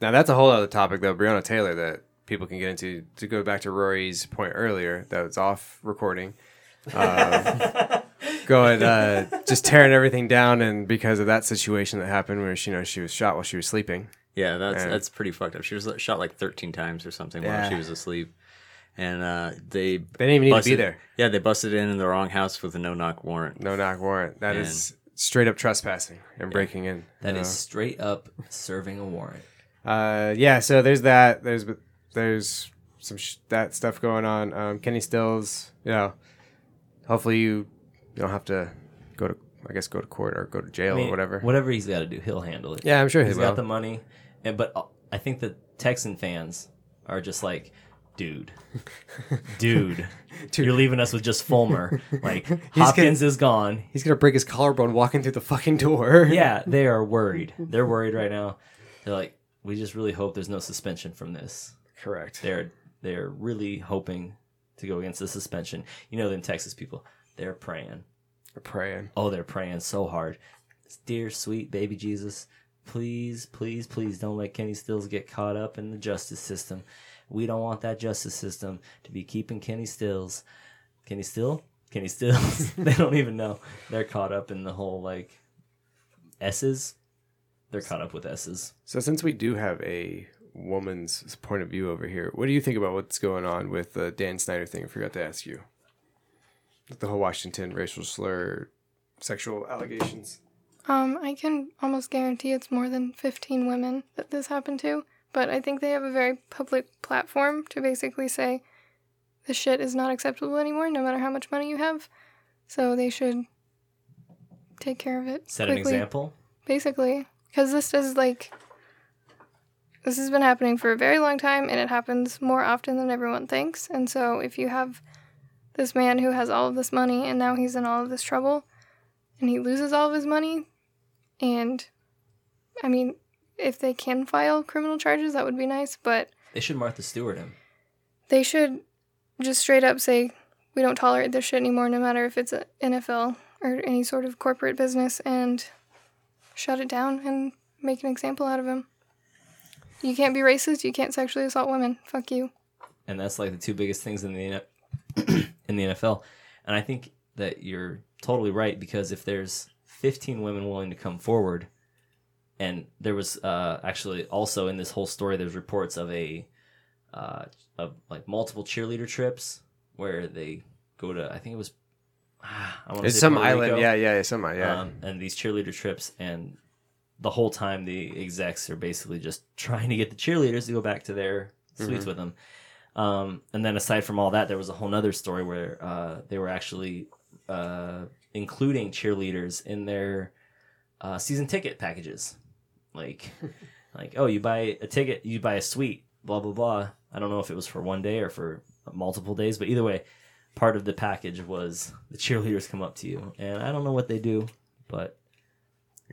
Speaker 3: Now that's a whole other topic though, Breonna Taylor that people can get into. To go back to Rory's point earlier, that was off recording. Um, going uh, just tearing everything down, and because of that situation that happened, where she, you know she was shot while she was sleeping.
Speaker 2: Yeah, that's
Speaker 3: Yeah.
Speaker 2: that's pretty fucked up. She was shot like 13 times or something
Speaker 3: Yeah.
Speaker 2: while she was asleep, and uh, they
Speaker 3: They didn't even need
Speaker 2: busted,
Speaker 3: to be there.
Speaker 2: Yeah, they busted in in the wrong house with a no knock warrant.
Speaker 3: No knock warrant. That
Speaker 2: Man.
Speaker 3: is straight up trespassing and breaking in.
Speaker 4: that is
Speaker 3: you
Speaker 4: straight up serving a warrant.
Speaker 3: know? Uh, yeah. So there's that. There's there's some sh- that stuff going on. Um, Kenny Stills. You know, hopefully you you don't have to go to I guess go to court or go to jail
Speaker 4: I mean,
Speaker 3: or whatever.
Speaker 4: Whatever he's got to do, he'll handle it.
Speaker 3: Yeah, I'm sure he
Speaker 4: he's
Speaker 3: will.
Speaker 4: got the money. And but uh, I think the Texan fans are just like,
Speaker 3: (laughs)
Speaker 4: dude, dude, you're leaving us with
Speaker 3: (laughs)
Speaker 4: just Fulmer. Like Hopkins is gone.
Speaker 3: He's gonna break his collarbone walking through the fucking door.
Speaker 4: (laughs)
Speaker 3: (laughs)
Speaker 4: Yeah, they are worried. They're worried right now. They're like, we just really hope there's no suspension from this.
Speaker 3: correct.
Speaker 4: they're they're really hoping to go against the suspension. You know, them Texas people, they're praying.
Speaker 3: They're praying.
Speaker 4: Oh, they're praying so hard. Dear sweet baby Jesus, please, please, please don't let Kenny Stills get caught up in the justice system. We don't want that justice system to be keeping Kenny Stills. Kenny Still? Kenny Stills. (laughs) they don't even know. They're caught up in the whole like S's. They're caught up with S's.
Speaker 3: So since we do have a woman's point of view over here, what do you think about what's going on with the Dan Snyder thing? I forgot to ask you. The whole Washington racial slur, sexual allegations.
Speaker 5: Um, I can almost guarantee it's more than 15 women that this happened to, but I think they have a very public platform to basically say this shit is not acceptable anymore, no matter how much money you have. So they should take care of it.
Speaker 4: Set
Speaker 5: quickly,
Speaker 4: an example.
Speaker 5: Basically. Because this is like. This has been happening for a very long time, and it happens more often than everyone thinks. And so if you have this man who has all of this money and now he's in all of this trouble and he loses all of his money and i mean if they can file criminal charges that would be nice but
Speaker 4: They should Martha Stewart him.
Speaker 5: they should just straight up say we don't tolerate this shit anymore no matter if it's a nfl or any sort of corporate business and shut it down and make an example out of him you can't be racist you can't sexually assault women fuck you
Speaker 4: and that's like the two biggest things in the N- (clears throat) in the NFL. And I think that you're totally right because if there's 15 women willing to come forward, and there was uh, actually also in this whole story, there's reports of a uh, of like multiple cheerleader trips where they go to I think it was (sighs) ah, I want
Speaker 3: It's some island, yeah, yeah, yeah, some island, yeah.
Speaker 4: um, and these cheerleader trips and the whole time the execs are basically just trying to get the cheerleaders to go back to their suites
Speaker 5: Mm-hmm.
Speaker 4: with them um, and then aside from all that there was a whole nother story where uh, they were actually uh, including cheerleaders in their uh, season ticket packages like
Speaker 5: (laughs)
Speaker 4: like oh you buy a ticket you buy a suite blah blah blah i don't know if it was for one day or for multiple days but either way part of the package was the cheerleaders come up to you and i don't know what they do but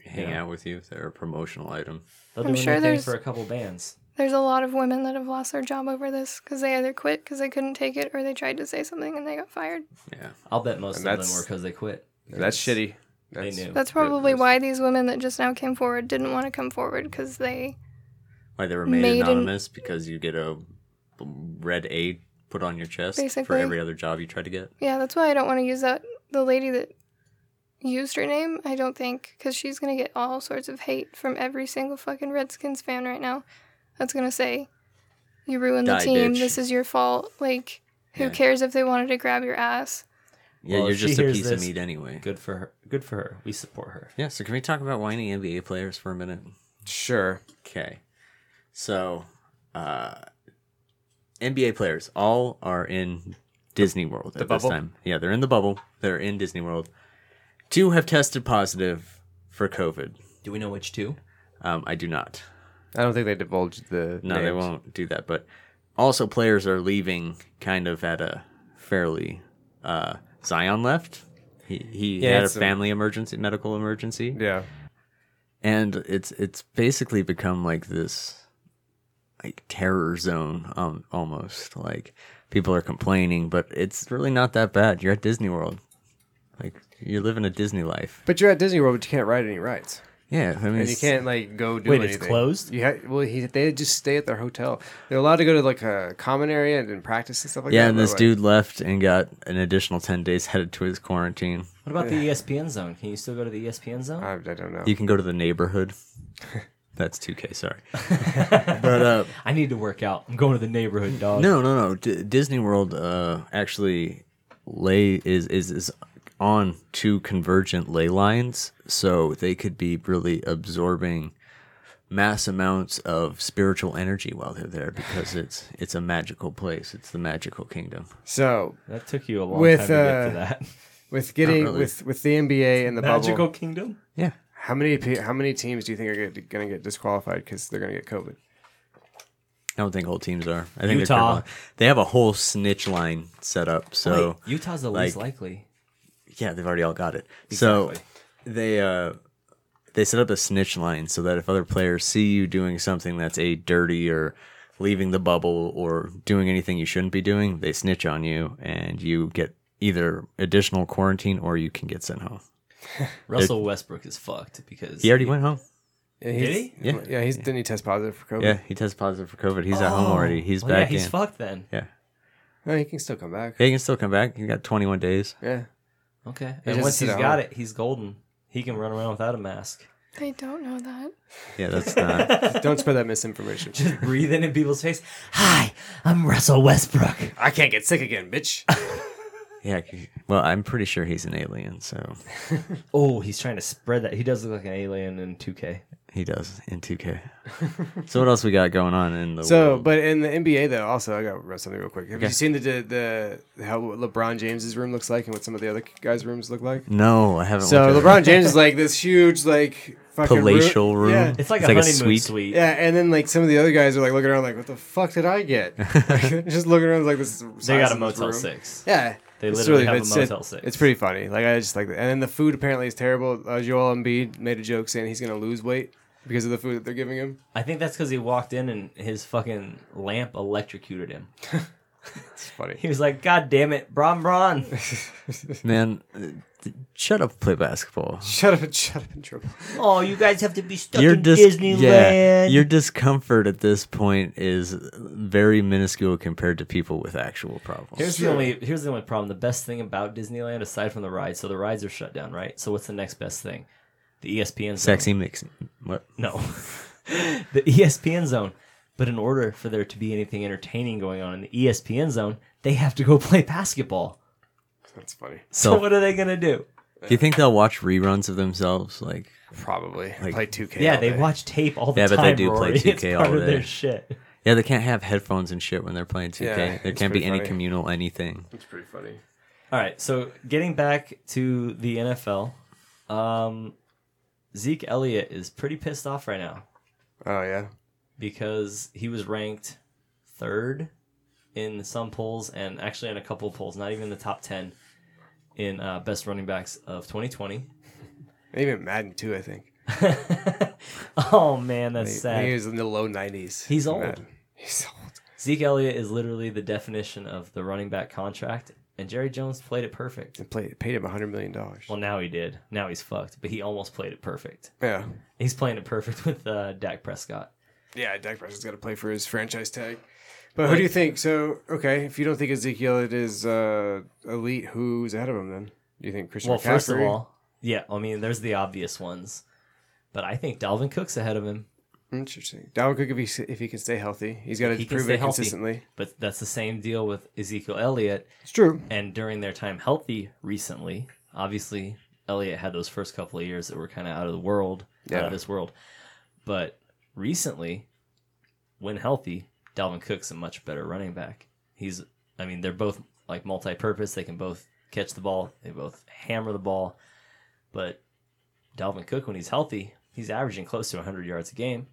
Speaker 2: Hang
Speaker 4: Yeah.
Speaker 2: out with you if they're a promotional item.
Speaker 4: they'll do
Speaker 5: I'm sure
Speaker 4: anything
Speaker 5: there's-
Speaker 4: for a couple bands
Speaker 5: There's a lot of women that have lost their job over this because they either quit because they couldn't take it or they tried to say something and they got fired.
Speaker 2: Yeah.
Speaker 4: i'll bet most
Speaker 3: And
Speaker 4: of them
Speaker 3: that's-
Speaker 4: were because they quit
Speaker 3: And that's shitty. That's,
Speaker 4: they knew
Speaker 5: That's
Speaker 3: Yeah,
Speaker 5: probably
Speaker 3: there's-
Speaker 5: why these women that just now came forward didn't want to come forward because they.
Speaker 2: Why they were made,
Speaker 5: Made in-
Speaker 2: anonymous because you get a red A put on your chest for
Speaker 5: Basically.
Speaker 2: every other job you try to get.
Speaker 5: Yeah, that's why I don't want to use that. The lady that used her name, I don't think, because she's going to get all sorts of hate from every single fucking Redskins fan right now that's going to say, You ruined the
Speaker 2: Die,
Speaker 5: team.
Speaker 2: bitch."
Speaker 5: This is your fault. Like, who
Speaker 2: Yeah.
Speaker 5: cares if they wanted to grab your ass?
Speaker 2: Yeah,
Speaker 4: Well,
Speaker 2: you're
Speaker 4: if she
Speaker 2: just a
Speaker 4: hears
Speaker 2: piece of
Speaker 4: this-
Speaker 2: meat anyway.
Speaker 4: good for her good for her we support her
Speaker 2: Yeah, so can we talk about whiny NBA players for a minute?
Speaker 3: Sure.
Speaker 2: Okay. So, uh NBA players all are in Disney World at
Speaker 3: bubble?
Speaker 2: this time. Yeah, they're in the bubble. They're in Disney World. Two have tested positive for COVID.
Speaker 4: do we know which two
Speaker 2: Um, I do not.
Speaker 3: I don't think they divulged the.
Speaker 2: No, they
Speaker 3: names.
Speaker 2: won't do that. But also, players are leaving kind of at a fairly uh, Zion left. He he
Speaker 3: Yeah,
Speaker 2: had a
Speaker 3: it's a-
Speaker 2: family emergency, medical emergency,
Speaker 3: Yeah.
Speaker 2: and it's it's basically become like this like terror zone um, almost. Like people are complaining, but it's really not that bad. You're at Disney World, like you're living a Disney life.
Speaker 3: But you're at Disney World, but you can't ride any rides,
Speaker 2: Yeah, I mean,
Speaker 3: and you
Speaker 2: it's-
Speaker 3: can't like go do.
Speaker 4: Wait, it's
Speaker 3: anything.
Speaker 4: closed?
Speaker 3: You ha- well, he, they just stay at their hotel. They're allowed to go to like a common area and, and practice and stuff like that.
Speaker 2: Yeah, and
Speaker 3: but,
Speaker 2: this
Speaker 3: like,
Speaker 2: dude left and got an additional ten days (laughs) headed to his quarantine.
Speaker 4: what about the E espn zone can you still go to the E espn zone
Speaker 3: I, I don't know.
Speaker 2: You can go to the
Speaker 3: (laughs)
Speaker 2: neighborhood. That's 2K, sorry. but uh,
Speaker 4: i need to work out i'm going to the neighborhood dog
Speaker 2: no, no, no. D- Disney World uh, actually lay is, is is on two convergent ley lines, so they could be really absorbing mass amounts of spiritual energy while they're there because it's it's a magical place. It's the magical kingdom.
Speaker 3: so
Speaker 4: that took you a long
Speaker 3: With,
Speaker 4: time to get to
Speaker 3: uh,
Speaker 4: that
Speaker 3: with getting
Speaker 2: really.
Speaker 3: with with the NBA and the
Speaker 4: magical
Speaker 3: bubble,
Speaker 4: kingdom
Speaker 2: Yeah.
Speaker 3: how many pe- how many teams do you think are going to get disqualified because they're going to get COVID?
Speaker 2: I don't think whole teams are. I think they're
Speaker 4: Utah.
Speaker 2: kind of- They have a whole snitch line set up. So
Speaker 4: Wait, utah's the least likely
Speaker 2: Yeah, they've already all got it. So
Speaker 4: Exactly.
Speaker 2: they uh they set up a snitch line so that if other players see you doing something that's a dirty or leaving the bubble or doing anything you shouldn't be doing, they snitch on you and you get either additional quarantine or you can get sent home.
Speaker 4: Russell Westbrook is fucked because
Speaker 2: He already went home.
Speaker 3: Did
Speaker 4: he?
Speaker 3: Yeah,
Speaker 2: Yeah.
Speaker 3: yeah. He's didn't he test positive for COVID?
Speaker 2: Yeah, he tests positive for COVID. He's at home
Speaker 4: Oh,
Speaker 2: already. He's
Speaker 4: well,
Speaker 2: back
Speaker 4: Yeah, he's
Speaker 2: in.
Speaker 4: fucked then.
Speaker 2: yeah.
Speaker 3: Oh, he can still come back.
Speaker 2: Yeah, he can still come back. He got 21 days.
Speaker 3: Yeah.
Speaker 4: Okay.
Speaker 3: He
Speaker 4: and
Speaker 3: just
Speaker 4: once
Speaker 3: sit
Speaker 4: he's
Speaker 3: at
Speaker 4: got
Speaker 3: home.
Speaker 4: it, he's golden. He can run around without a mask. (laughs)
Speaker 5: They don't know that.
Speaker 2: Yeah, that's not.
Speaker 3: Don't spread that misinformation.
Speaker 4: Just breathing in people's face. Hi, I'm Russell Westbrook.
Speaker 3: I can't get sick again, bitch.
Speaker 2: yeah. c- Well, I'm pretty sure he's an alien, so
Speaker 4: Oh, he's trying to spread that. He does look like an alien in 2K.
Speaker 2: he does in 2K. so what else we got going on in the
Speaker 3: So,
Speaker 2: world?
Speaker 3: but in the NBA though, also I got real- something real quick. Have you
Speaker 2: Okay.
Speaker 3: seen the, the the how LeBron James's room looks like and what some of the other guys' rooms look like?
Speaker 2: No, I haven't.
Speaker 3: So
Speaker 2: looked at it.
Speaker 3: LeBron James is like this huge like fucking roo-
Speaker 2: palatial room.
Speaker 3: Yeah.
Speaker 4: It's like
Speaker 2: It's
Speaker 4: a
Speaker 2: like a
Speaker 4: honeymoon
Speaker 2: suite.
Speaker 4: suite.
Speaker 3: Yeah, and then like some of the other guys are like looking around like, what the fuck did I get? Just looking around like this. is the
Speaker 4: They
Speaker 3: size
Speaker 4: got a
Speaker 3: of this
Speaker 4: Motel
Speaker 3: room.
Speaker 4: 6.
Speaker 3: Yeah,
Speaker 4: They
Speaker 3: it's
Speaker 4: literally have a
Speaker 3: it's-
Speaker 4: Motel
Speaker 3: it-
Speaker 4: 6.
Speaker 3: It's pretty funny. Like I just like that. And then the food apparently is terrible. Uh, Joel Embiid made a joke saying he's gonna lose weight because of the food that they're giving him.
Speaker 4: I think that's because he walked in and his fucking lamp electrocuted him.
Speaker 3: It's funny.
Speaker 4: He was like, God damn it, Bron Bron.
Speaker 2: Man, uh, th- shut up, play basketball.
Speaker 3: Shut up! (laughs) and Shut up! In trouble.
Speaker 4: oh, you guys have to be stuck in
Speaker 2: dis-
Speaker 4: Disneyland.
Speaker 2: yeah, your discomfort at this point is very minuscule compared to people with actual problems.
Speaker 4: Here's the only here's the only problem. The best thing about Disneyland, aside from the rides, so the rides are shut down, right? So what's the next best thing? The E ESPN zone.
Speaker 2: Sexy mix. What?
Speaker 4: No, (laughs) the E ESPN zone. But in order for there to be anything entertaining going on in the E ESPN zone, they have to go play basketball.
Speaker 3: That's funny.
Speaker 4: So,
Speaker 2: So-
Speaker 4: what are they gonna do?
Speaker 2: Do you think they'll watch reruns of themselves? Like,
Speaker 3: Probably play two K.
Speaker 4: Yeah, they watch tape all the
Speaker 2: Yeah,
Speaker 4: time.
Speaker 2: but they do play
Speaker 4: Rory. (laughs)
Speaker 2: 2K
Speaker 4: it's
Speaker 2: all
Speaker 4: part of their
Speaker 2: day.
Speaker 4: shit.
Speaker 2: yeah, they can't have headphones and shit when they're playing 2K.
Speaker 3: Yeah,
Speaker 2: there
Speaker 3: it's
Speaker 2: can't be
Speaker 3: pretty
Speaker 2: any
Speaker 3: funny.
Speaker 2: communal anything.
Speaker 3: It's pretty funny.
Speaker 4: All right, so getting back to the NFL, um, Zeke Elliott is pretty pissed off right now.
Speaker 3: Oh yeah.
Speaker 4: because he was ranked third in some polls and actually in a couple of polls, not even the top 10 in uh, best running backs of 2020.
Speaker 3: Even Madden too, I think.
Speaker 4: (laughs) oh man, that's
Speaker 3: I think He
Speaker 4: sad.
Speaker 3: was in the low nineties.
Speaker 4: He's old.
Speaker 3: He's old.
Speaker 4: Zeke Elliott is literally the definition of the running back contract, and Jerry Jones played it perfect.
Speaker 3: They played, paid him hundred million dollars.
Speaker 4: Well, now he did. Now he's fucked, but he almost played it perfect.
Speaker 3: Yeah.
Speaker 4: He's playing it perfect (laughs) with uh, Dak Prescott.
Speaker 3: Yeah, Dak Prescott's got to play for his franchise tag. But who do you think? So okay, if you don't think Ezekiel it is uh, elite, who's ahead of him then? Do you think Christian
Speaker 4: Well,
Speaker 3: McCaffrey?
Speaker 4: first of all, yeah, I mean, there's the obvious ones, but I think Dalvin Cook's ahead of him.
Speaker 3: interesting. Dalvin Cook, if he if he can stay healthy, he's got to
Speaker 4: He can
Speaker 3: prove
Speaker 4: stay
Speaker 3: it
Speaker 4: healthy.
Speaker 3: consistently.
Speaker 4: But that's the same deal with Ezekiel Elliott.
Speaker 3: It's true.
Speaker 4: And during their time healthy recently, obviously, Elliott had those first couple of years that were kind of out of the world, out
Speaker 3: Yeah.
Speaker 4: of this world. But recently, when healthy, Dalvin Cook's a much better running back. He's, I mean, they're both like multi purpose. They can both catch the ball, they both hammer the ball. But Dalvin Cook, when he's healthy, he's averaging close to 100 yards a game.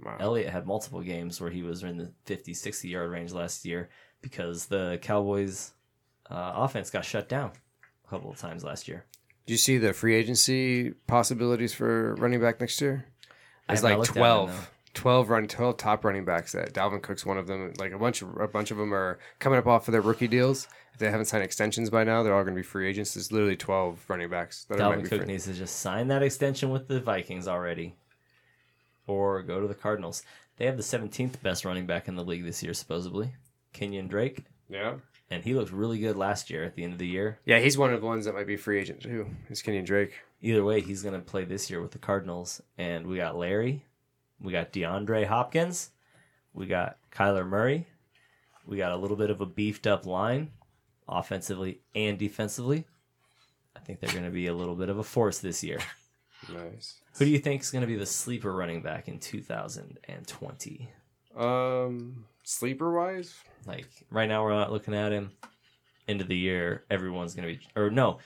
Speaker 3: Wow.
Speaker 4: Elliott had multiple games where he was in the 50, 60 yard range last year because the Cowboys uh, offense got shut down a couple of times last year.
Speaker 3: Do you see the free agency possibilities for running back next year?
Speaker 4: I
Speaker 3: It's
Speaker 4: have not
Speaker 3: like
Speaker 4: looked at them,
Speaker 3: 12, 12 run, twelve top running backs. That Dalvin Cook's one of them. Like a bunch, of, a bunch of them are coming up off of their rookie deals. If they haven't signed extensions by now, they're all going to be free agents. There's literally twelve running backs that are might
Speaker 4: Dalvin
Speaker 3: be
Speaker 4: Cook
Speaker 3: free.
Speaker 4: needs to just sign that extension with the Vikings already or go to the Cardinals. They have the 17th best running back in the league this year, supposedly, Kenyon Drake.
Speaker 3: Yeah,
Speaker 4: And he looked really good last year at the end of the year.
Speaker 3: yeah, he's one of the ones that might be free agent too. Is Kenyon Drake?
Speaker 4: Either way, he's going to play this year with the Cardinals. And we got Larry. We got DeAndre Hopkins. We got Kyler Murray. We got a little bit of a beefed up line, offensively and defensively. I think they're going to be a little bit of a force this year.
Speaker 3: Nice.
Speaker 4: Who do you think is going to be the sleeper running back in 2020?
Speaker 3: Um, sleeper wise,
Speaker 4: Like, right now, we're not looking at him. End of the year, everyone's going to be, or no,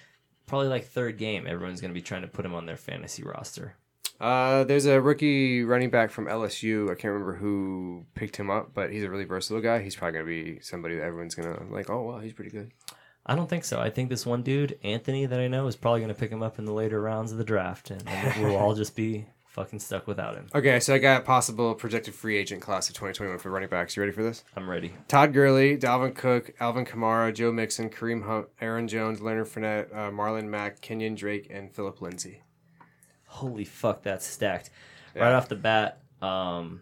Speaker 4: probably like third game, everyone's going to be trying to put him on their fantasy roster.
Speaker 3: Uh, there's a rookie running back from LSU. I can't remember who picked him up, but he's a really versatile guy. He's probably gonna be somebody that everyone's gonna like. Oh wow, he's pretty good.
Speaker 4: I don't think so. I think this one dude, Anthony, that I know, is probably going to pick him up in the later rounds of the draft, and
Speaker 3: (laughs)
Speaker 4: then we'll all just be fucking stuck without him.
Speaker 3: Okay, so I got a possible projected free agent class of 2021 for running backs. You ready for this?
Speaker 4: I'm ready.
Speaker 3: Todd Gurley, Dalvin Cook, Alvin Kamara, Joe Mixon, Kareem Hunt, Aaron Jones, Leonard Fournette, uh, Marlon Mack, Kenyon Drake, and Philip Lindsay.
Speaker 4: Holy fuck, that's stacked. right off the bat. Um,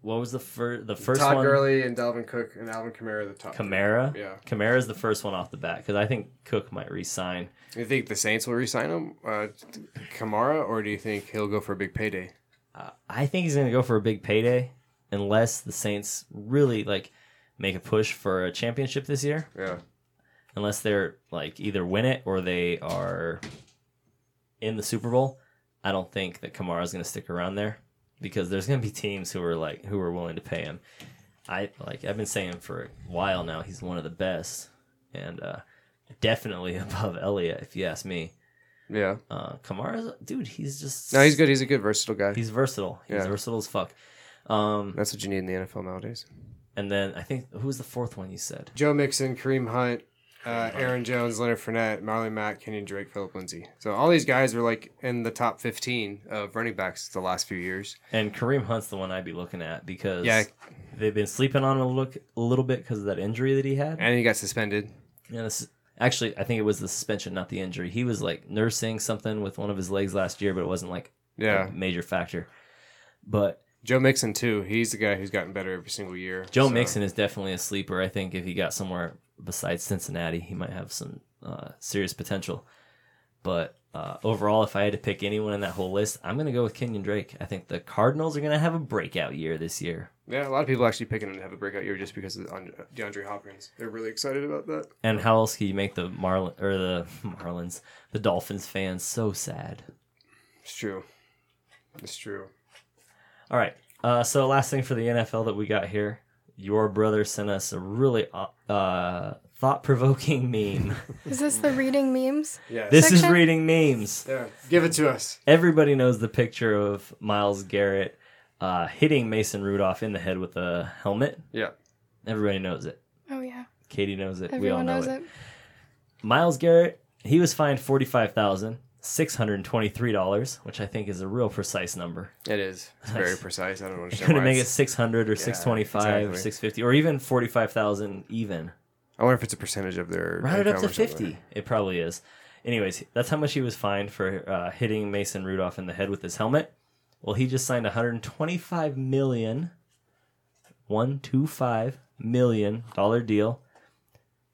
Speaker 4: what was the first? The first
Speaker 3: Todd
Speaker 4: one,
Speaker 3: Gurley and Dalvin Cook and Alvin Kamara the top.
Speaker 4: Kamara.
Speaker 3: Yeah.
Speaker 4: Kamara is the first one off the bat because I think Cook might resign.
Speaker 3: Do you think the Saints will re-sign him, uh, Kamara, or do you think he'll go for a big payday?
Speaker 4: Uh, I think he's going to go for a big payday unless the Saints really like make a push for a championship this year.
Speaker 3: Yeah.
Speaker 4: Unless they're like either win it or they are in the Super Bowl. I don't think that Kamara's going to stick around there because there's going to be teams who are like who are willing to pay him. I like I've been saying for a while now he's one of the best and uh definitely (laughs) above Elliott if you ask me.
Speaker 3: Yeah.
Speaker 4: Uh Kamara's dude, he's just
Speaker 3: No, he's good. He's a good, versatile guy.
Speaker 4: He's versatile. He's
Speaker 3: Yeah.
Speaker 4: versatile as fuck. Um,
Speaker 3: That's what you need in the NFL nowadays.
Speaker 4: and then I think who was the fourth one you said?
Speaker 3: Joe Mixon, Kareem Hunt, uh, Aaron Jones, Leonard Fournette, Marlon Mack, Kenyon Drake, Philip Lindsay. So all these guys were like in the top 15 of running backs the last few years.
Speaker 4: And Kareem Hunt's the one I'd be looking at because
Speaker 3: Yeah.
Speaker 4: they've been sleeping on him a look a little bit because of that injury that he had.
Speaker 3: And he got suspended.
Speaker 4: Yeah, this, actually, I think it was the suspension, not the injury. He was like nursing something with one of his legs last year, but it wasn't like
Speaker 3: Yeah.
Speaker 4: a major factor. But
Speaker 3: Joe Mixon, too. He's the guy who's gotten better every single year.
Speaker 4: Joe
Speaker 3: So-
Speaker 4: Mixon is definitely a sleeper. I think if he got somewhere besides Cincinnati, he might have some uh, serious potential. But uh, overall, if I had to pick anyone in that whole list, I'm going to go with Kenyon Drake. I think the Cardinals are going to have a breakout year this year.
Speaker 3: Yeah, a lot of people actually picking him to have a breakout year just because of Andre- DeAndre Hopkins. They're really excited about that.
Speaker 4: And how else can you make the Marlin or the (laughs) Marlins, the Dolphins fans so sad?
Speaker 3: It's true. It's true.
Speaker 4: All right. Uh, so last thing for the NFL that we got here, your brother sent us a really uh, uh, thought-provoking (laughs) meme.
Speaker 5: Is this the reading memes?
Speaker 3: Yeah.
Speaker 4: this is
Speaker 5: Section?
Speaker 4: reading memes.
Speaker 3: yeah. Give it to us.
Speaker 4: everybody knows the picture of Miles Garrett uh, hitting Mason Rudolph in the head with a helmet.
Speaker 3: Yeah.
Speaker 4: Everybody knows it.
Speaker 5: Oh yeah,
Speaker 4: Katie knows it. we all
Speaker 5: everyone
Speaker 4: know
Speaker 5: knows
Speaker 4: it.
Speaker 5: it.
Speaker 4: Miles Garrett, he was fined forty five thousand six hundred twenty three dollars, which I think is a real precise number.
Speaker 3: It is. It's very precise. I don't
Speaker 4: (laughs) You're
Speaker 3: understand
Speaker 4: gonna
Speaker 3: why
Speaker 4: make it
Speaker 3: it's-
Speaker 4: six hundred or six twenty five or
Speaker 3: exactly.
Speaker 4: six fifty or even forty five thousand even.
Speaker 3: I wonder if it's a percentage of their.
Speaker 4: Round it up
Speaker 3: income
Speaker 4: to
Speaker 3: or something.
Speaker 4: 50. It probably is. Anyways, that's how much he was fined for uh, hitting Mason Rudolph in the head with his helmet. Well, he just signed 125 million, 125 million dollar deal,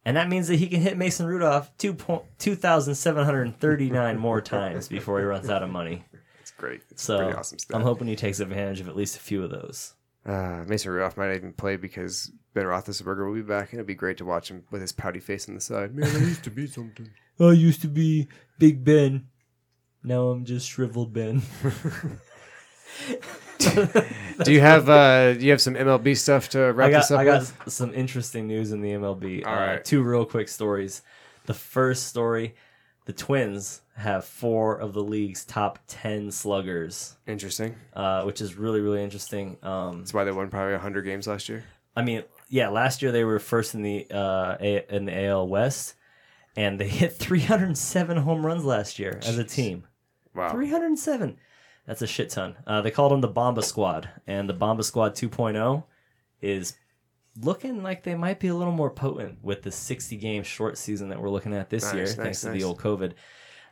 Speaker 4: and that means that he can hit Mason Rudolph two point two thousand seven hundred thirty nine more times before he runs out
Speaker 3: (laughs)
Speaker 4: of money.
Speaker 3: It's great. It's
Speaker 4: So
Speaker 3: pretty awesome stuff.
Speaker 4: I'm hoping he takes advantage of at least a few of those.
Speaker 3: Uh, Mason Rudolph might even play because Ben Roethlisberger will be back, and it'd be great to watch him with his pouty face on the side. Man, I used to be something.
Speaker 4: I used to be Big Ben. Now I'm just shriveled Ben.
Speaker 3: do you have uh, do you have some MLB stuff to (laughs) wrap
Speaker 4: I got,
Speaker 3: this up?
Speaker 4: I got
Speaker 3: with?
Speaker 4: s- some interesting news in the MLB.
Speaker 3: All
Speaker 4: uh,
Speaker 3: right.
Speaker 4: Two real quick stories. The first story the Twins have four of the league's top 10 sluggers,
Speaker 3: Interesting.
Speaker 4: uh, which is really, really interesting. Um,
Speaker 3: That's why they won probably hundred games last year.
Speaker 4: I mean, yeah, last year they were first in the, uh, A- in the AL West, and they (laughs) hit 307 home runs last year as a team.
Speaker 3: Wow.
Speaker 4: 307. That's a shit ton. Uh, they called them the Bomba Squad, and the Bomba Squad 2.0 is looking like they might be a little more potent with the 60 game short season that we're looking at this
Speaker 3: Nice,
Speaker 4: year,
Speaker 3: nice,
Speaker 4: thanks to
Speaker 3: nice.
Speaker 4: the old COVID.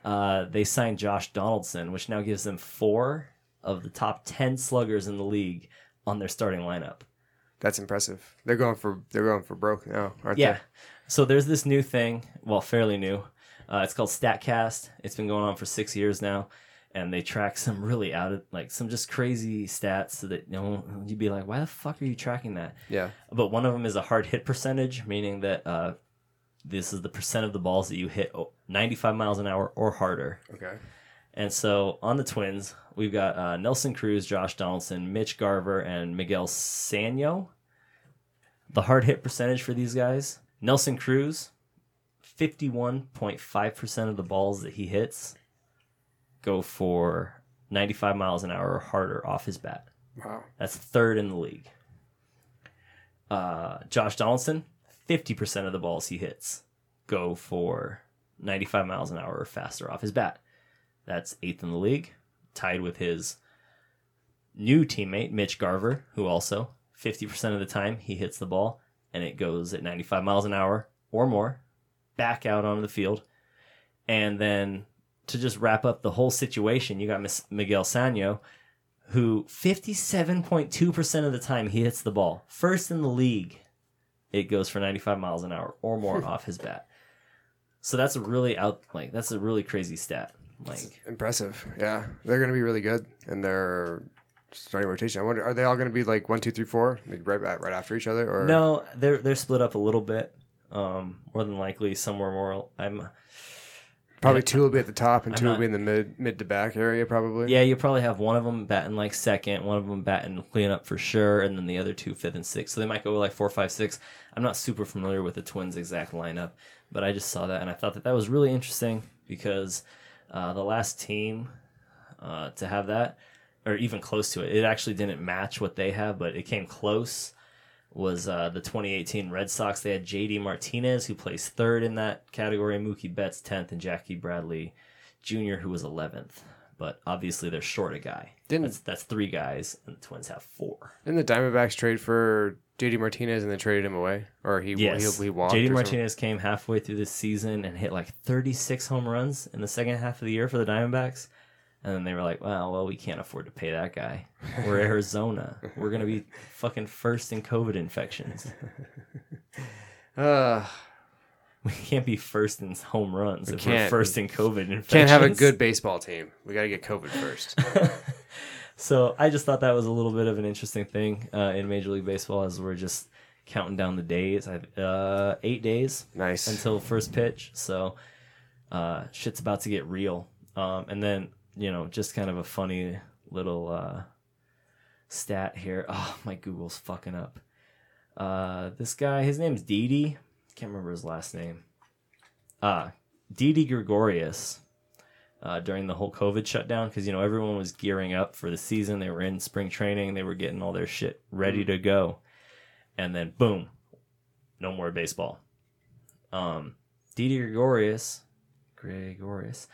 Speaker 4: Uh, they signed Josh Donaldson, which now gives them four of the top 10 sluggers in the league on their starting lineup.
Speaker 3: That's impressive. They're going for they're going for broke now, aren't
Speaker 4: Yeah.
Speaker 3: they?
Speaker 4: So there's this new thing, well, fairly new. Uh, it's called Statcast. It's been going on for six years now, and they track some really out of like some just crazy stats so that you know you'd be like, why the fuck are you tracking that?
Speaker 3: Yeah.
Speaker 4: But one of them is a hard hit percentage, meaning that uh, this is the percent of the balls that you hit oh, 95 miles an hour or harder.
Speaker 3: Okay.
Speaker 4: And so on the Twins, we've got uh, Nelson Cruz, Josh Donaldson, Mitch Garver, and Miguel Sanyo. The hard hit percentage for these guys Nelson Cruz, 51.5% of the balls that he hits go for 95 miles an hour or harder off his bat.
Speaker 3: Wow.
Speaker 4: That's third in the league. Uh, Josh Donaldson, 50% of the balls he hits go for 95 miles an hour or faster off his bat. That's eighth in the league, tied with his new teammate, Mitch Garver, who also, 50% of the time, he hits the ball and it goes at 95 miles an hour or more back out onto the field. And then to just wrap up the whole situation, you got Miss Miguel Sano, who 57.2% of the time he hits the ball. First in the league, it goes for 95 miles an hour or more off his bat. So that's a really out like that's a really crazy stat. Like
Speaker 3: Impressive. Yeah, they're going to be really good in their starting rotation. I wonder, are they all going to be like one, two, three, four, like right back, right after each other, or
Speaker 4: No, they're they're split up a little bit. Um, more than likely somewhere more I'm
Speaker 3: probably two will be at the top and
Speaker 4: I'm
Speaker 3: two will
Speaker 4: not-
Speaker 3: be in the mid mid to back area probably.
Speaker 4: Uh-huh. Yeah, you probably have one of them batting like second, one of them batting cleanup for sure, and then the other two fifth and sixth. So they might go like four, five, six. I'm not super familiar with the Twins' exact lineup, but I just saw that and I thought that that was really interesting because uh, the last team uh, to have that, or even close to it, it actually didn't match what they have, but it came close. Was uh, the 2018 Red Sox? They had J.D. Martinez, who placed third in that category, Mookie Betts 10th, and Jackie Bradley Jr., who was 11th but obviously they're short a guy.
Speaker 3: Didn't-
Speaker 4: that's, that's three guys, and the Twins have four.
Speaker 3: Didn't the Diamondbacks trade for JD Martinez and they traded him away, or he he, he walked?
Speaker 4: JD
Speaker 3: or something?
Speaker 4: Martinez came halfway through this season and hit like 36 home runs in the second half of the year for the Diamondbacks, and then they were like, "Wow, well, we can't afford to pay that guy.
Speaker 3: (laughs)
Speaker 4: We're Arizona. We're gonna be fucking first in COVID infections.
Speaker 3: Uh,
Speaker 4: We can't be first in home runs if we're
Speaker 3: can't.
Speaker 4: first in COVID infections.
Speaker 3: can't have a good baseball team. We got to get COVID first.
Speaker 4: (laughs) So I just thought that was a little bit of an interesting thing uh, in Major League Baseball as we're just counting down the days. I've uh, eight days
Speaker 3: nice.
Speaker 4: until first pitch, so uh, shit's about to get real. Um, and then you know, just kind of a funny little uh, stat here. (laughs) Oh, my Google's fucking up. Uh, this guy, his name's Didi. Can't remember his last name. Uh, Didi Gregorius uh, during the whole COVID shutdown because you know everyone was gearing up for the season. They were in spring training. They were getting all their shit ready to go, and then boom, no more baseball. Um, Didi Gregorius, Gregorius,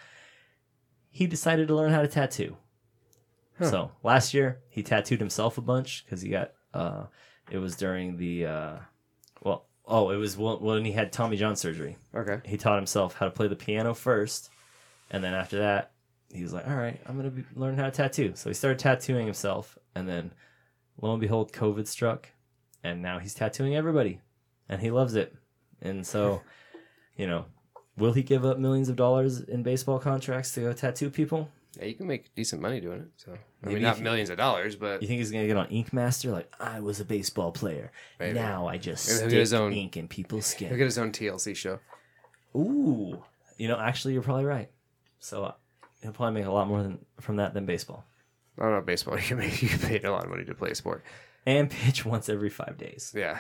Speaker 4: he decided to learn how to tattoo.
Speaker 3: Huh.
Speaker 4: So last year he tattooed himself a bunch because he got. Uh, it was during the. Uh, well, oh, it was when when he had Tommy John surgery
Speaker 3: okay.
Speaker 4: he taught himself how to play the piano first, and then after that, he was like, "All right, I'm gonna be, learn how to tattoo." So he started tattooing himself, and then lo and behold, COVID struck, and now he's tattooing everybody, and he loves it.
Speaker 3: (laughs)
Speaker 4: And so, you know, will he give up millions of dollars in baseball contracts to go tattoo people?
Speaker 3: Yeah, you can make decent money doing it. So I
Speaker 4: Maybe
Speaker 3: mean, not
Speaker 4: if-
Speaker 3: millions of dollars, but
Speaker 4: You think he's gonna get on Ink Master like I was a baseball player?
Speaker 3: Maybe.
Speaker 4: Now I just
Speaker 3: Maybe he'll
Speaker 4: stick
Speaker 3: get his own-
Speaker 4: ink in people's skin.
Speaker 3: he'll get his own TLC show.
Speaker 4: Ooh, you know, actually, you're probably right. So uh, he'll probably make a lot more than from that than baseball.
Speaker 3: I don't know baseball. (laughs) You can make you can pay a lot of money to play a sport.
Speaker 4: And (laughs) pitch once every five days.
Speaker 3: Yeah.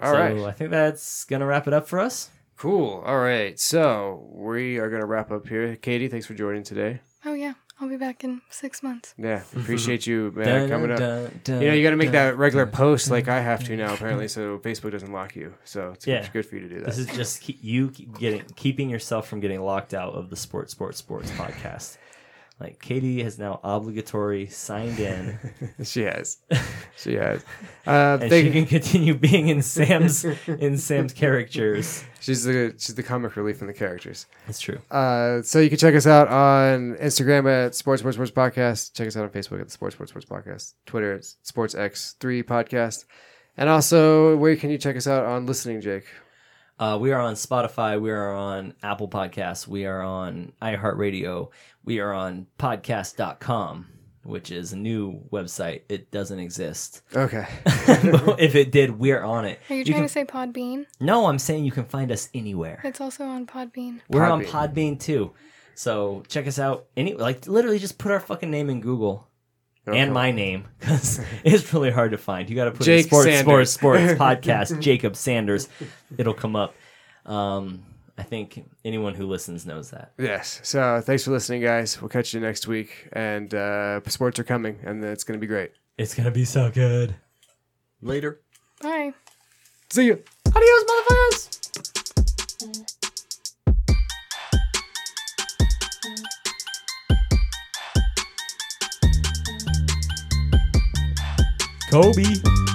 Speaker 3: All
Speaker 4: so uh,
Speaker 3: right.
Speaker 4: I think that's gonna wrap it up for us.
Speaker 3: Cool. All right. So we are gonna wrap up here. Katie, thanks for joining today.
Speaker 5: Oh yeah, I'll be back in six months.
Speaker 3: Yeah,
Speaker 4: (laughs)
Speaker 3: appreciate you man,
Speaker 4: Dun,
Speaker 3: coming up.
Speaker 4: dun, dun,
Speaker 3: You know, you got to make
Speaker 4: dun.
Speaker 3: that regular post like I have to now, apparently, so Facebook doesn't lock you. So it's
Speaker 4: Yeah.
Speaker 3: good for you to do that.
Speaker 4: This is just keep, you keep getting keeping yourself from getting locked out of the sports, sports, sports podcast. Like Katie has now obligatory
Speaker 3: (laughs)
Speaker 4: signed in,
Speaker 3: she
Speaker 4: (laughs)
Speaker 3: has. She has. Uh,
Speaker 4: and
Speaker 3: thank-
Speaker 4: she can continue being in Sam's in Sam's characters.
Speaker 3: she's the she's the comic relief in the characters.
Speaker 4: That's true.
Speaker 3: Uh, so you can check us out on Instagram at Sports Sports Sports Podcast. Check us out on Facebook at the Sports Sports Sports Podcast. Twitter at Sports X Three Podcast. And also, where can you check us out on listening, Jake?
Speaker 4: Uh, we are on Spotify. We are on Apple Podcasts. We are on iHeartRadio. We are on podcast.com, which is a new website. It doesn't
Speaker 5: (laughs)
Speaker 4: exist.
Speaker 3: Okay.
Speaker 4: But if it did, we're on it.
Speaker 5: Are you,
Speaker 4: can,
Speaker 5: trying to say Podbean?
Speaker 4: No, I'm saying you can find us anywhere.
Speaker 5: It's also on Podbean.
Speaker 4: We're on
Speaker 3: Podbean.
Speaker 4: Podbean too. So check us out. Any like literally just put our fucking name in Google (laughs) and my name because (laughs) it's really hard to find. You got to put in
Speaker 3: Jake
Speaker 4: sports,
Speaker 3: Sanders.
Speaker 4: sports,
Speaker 3: (laughs)
Speaker 4: sports podcast. Jacob Sanders, it'll come up. Um, I think anyone who listens knows that.
Speaker 3: Yes. So thanks for listening, guys. We'll catch you next week. And uh, sports are coming, and it's going to be great.
Speaker 4: It's gonna be so good.
Speaker 2: Later.
Speaker 5: Bye.
Speaker 3: See you.
Speaker 4: Adios, motherfuckers. Kobe.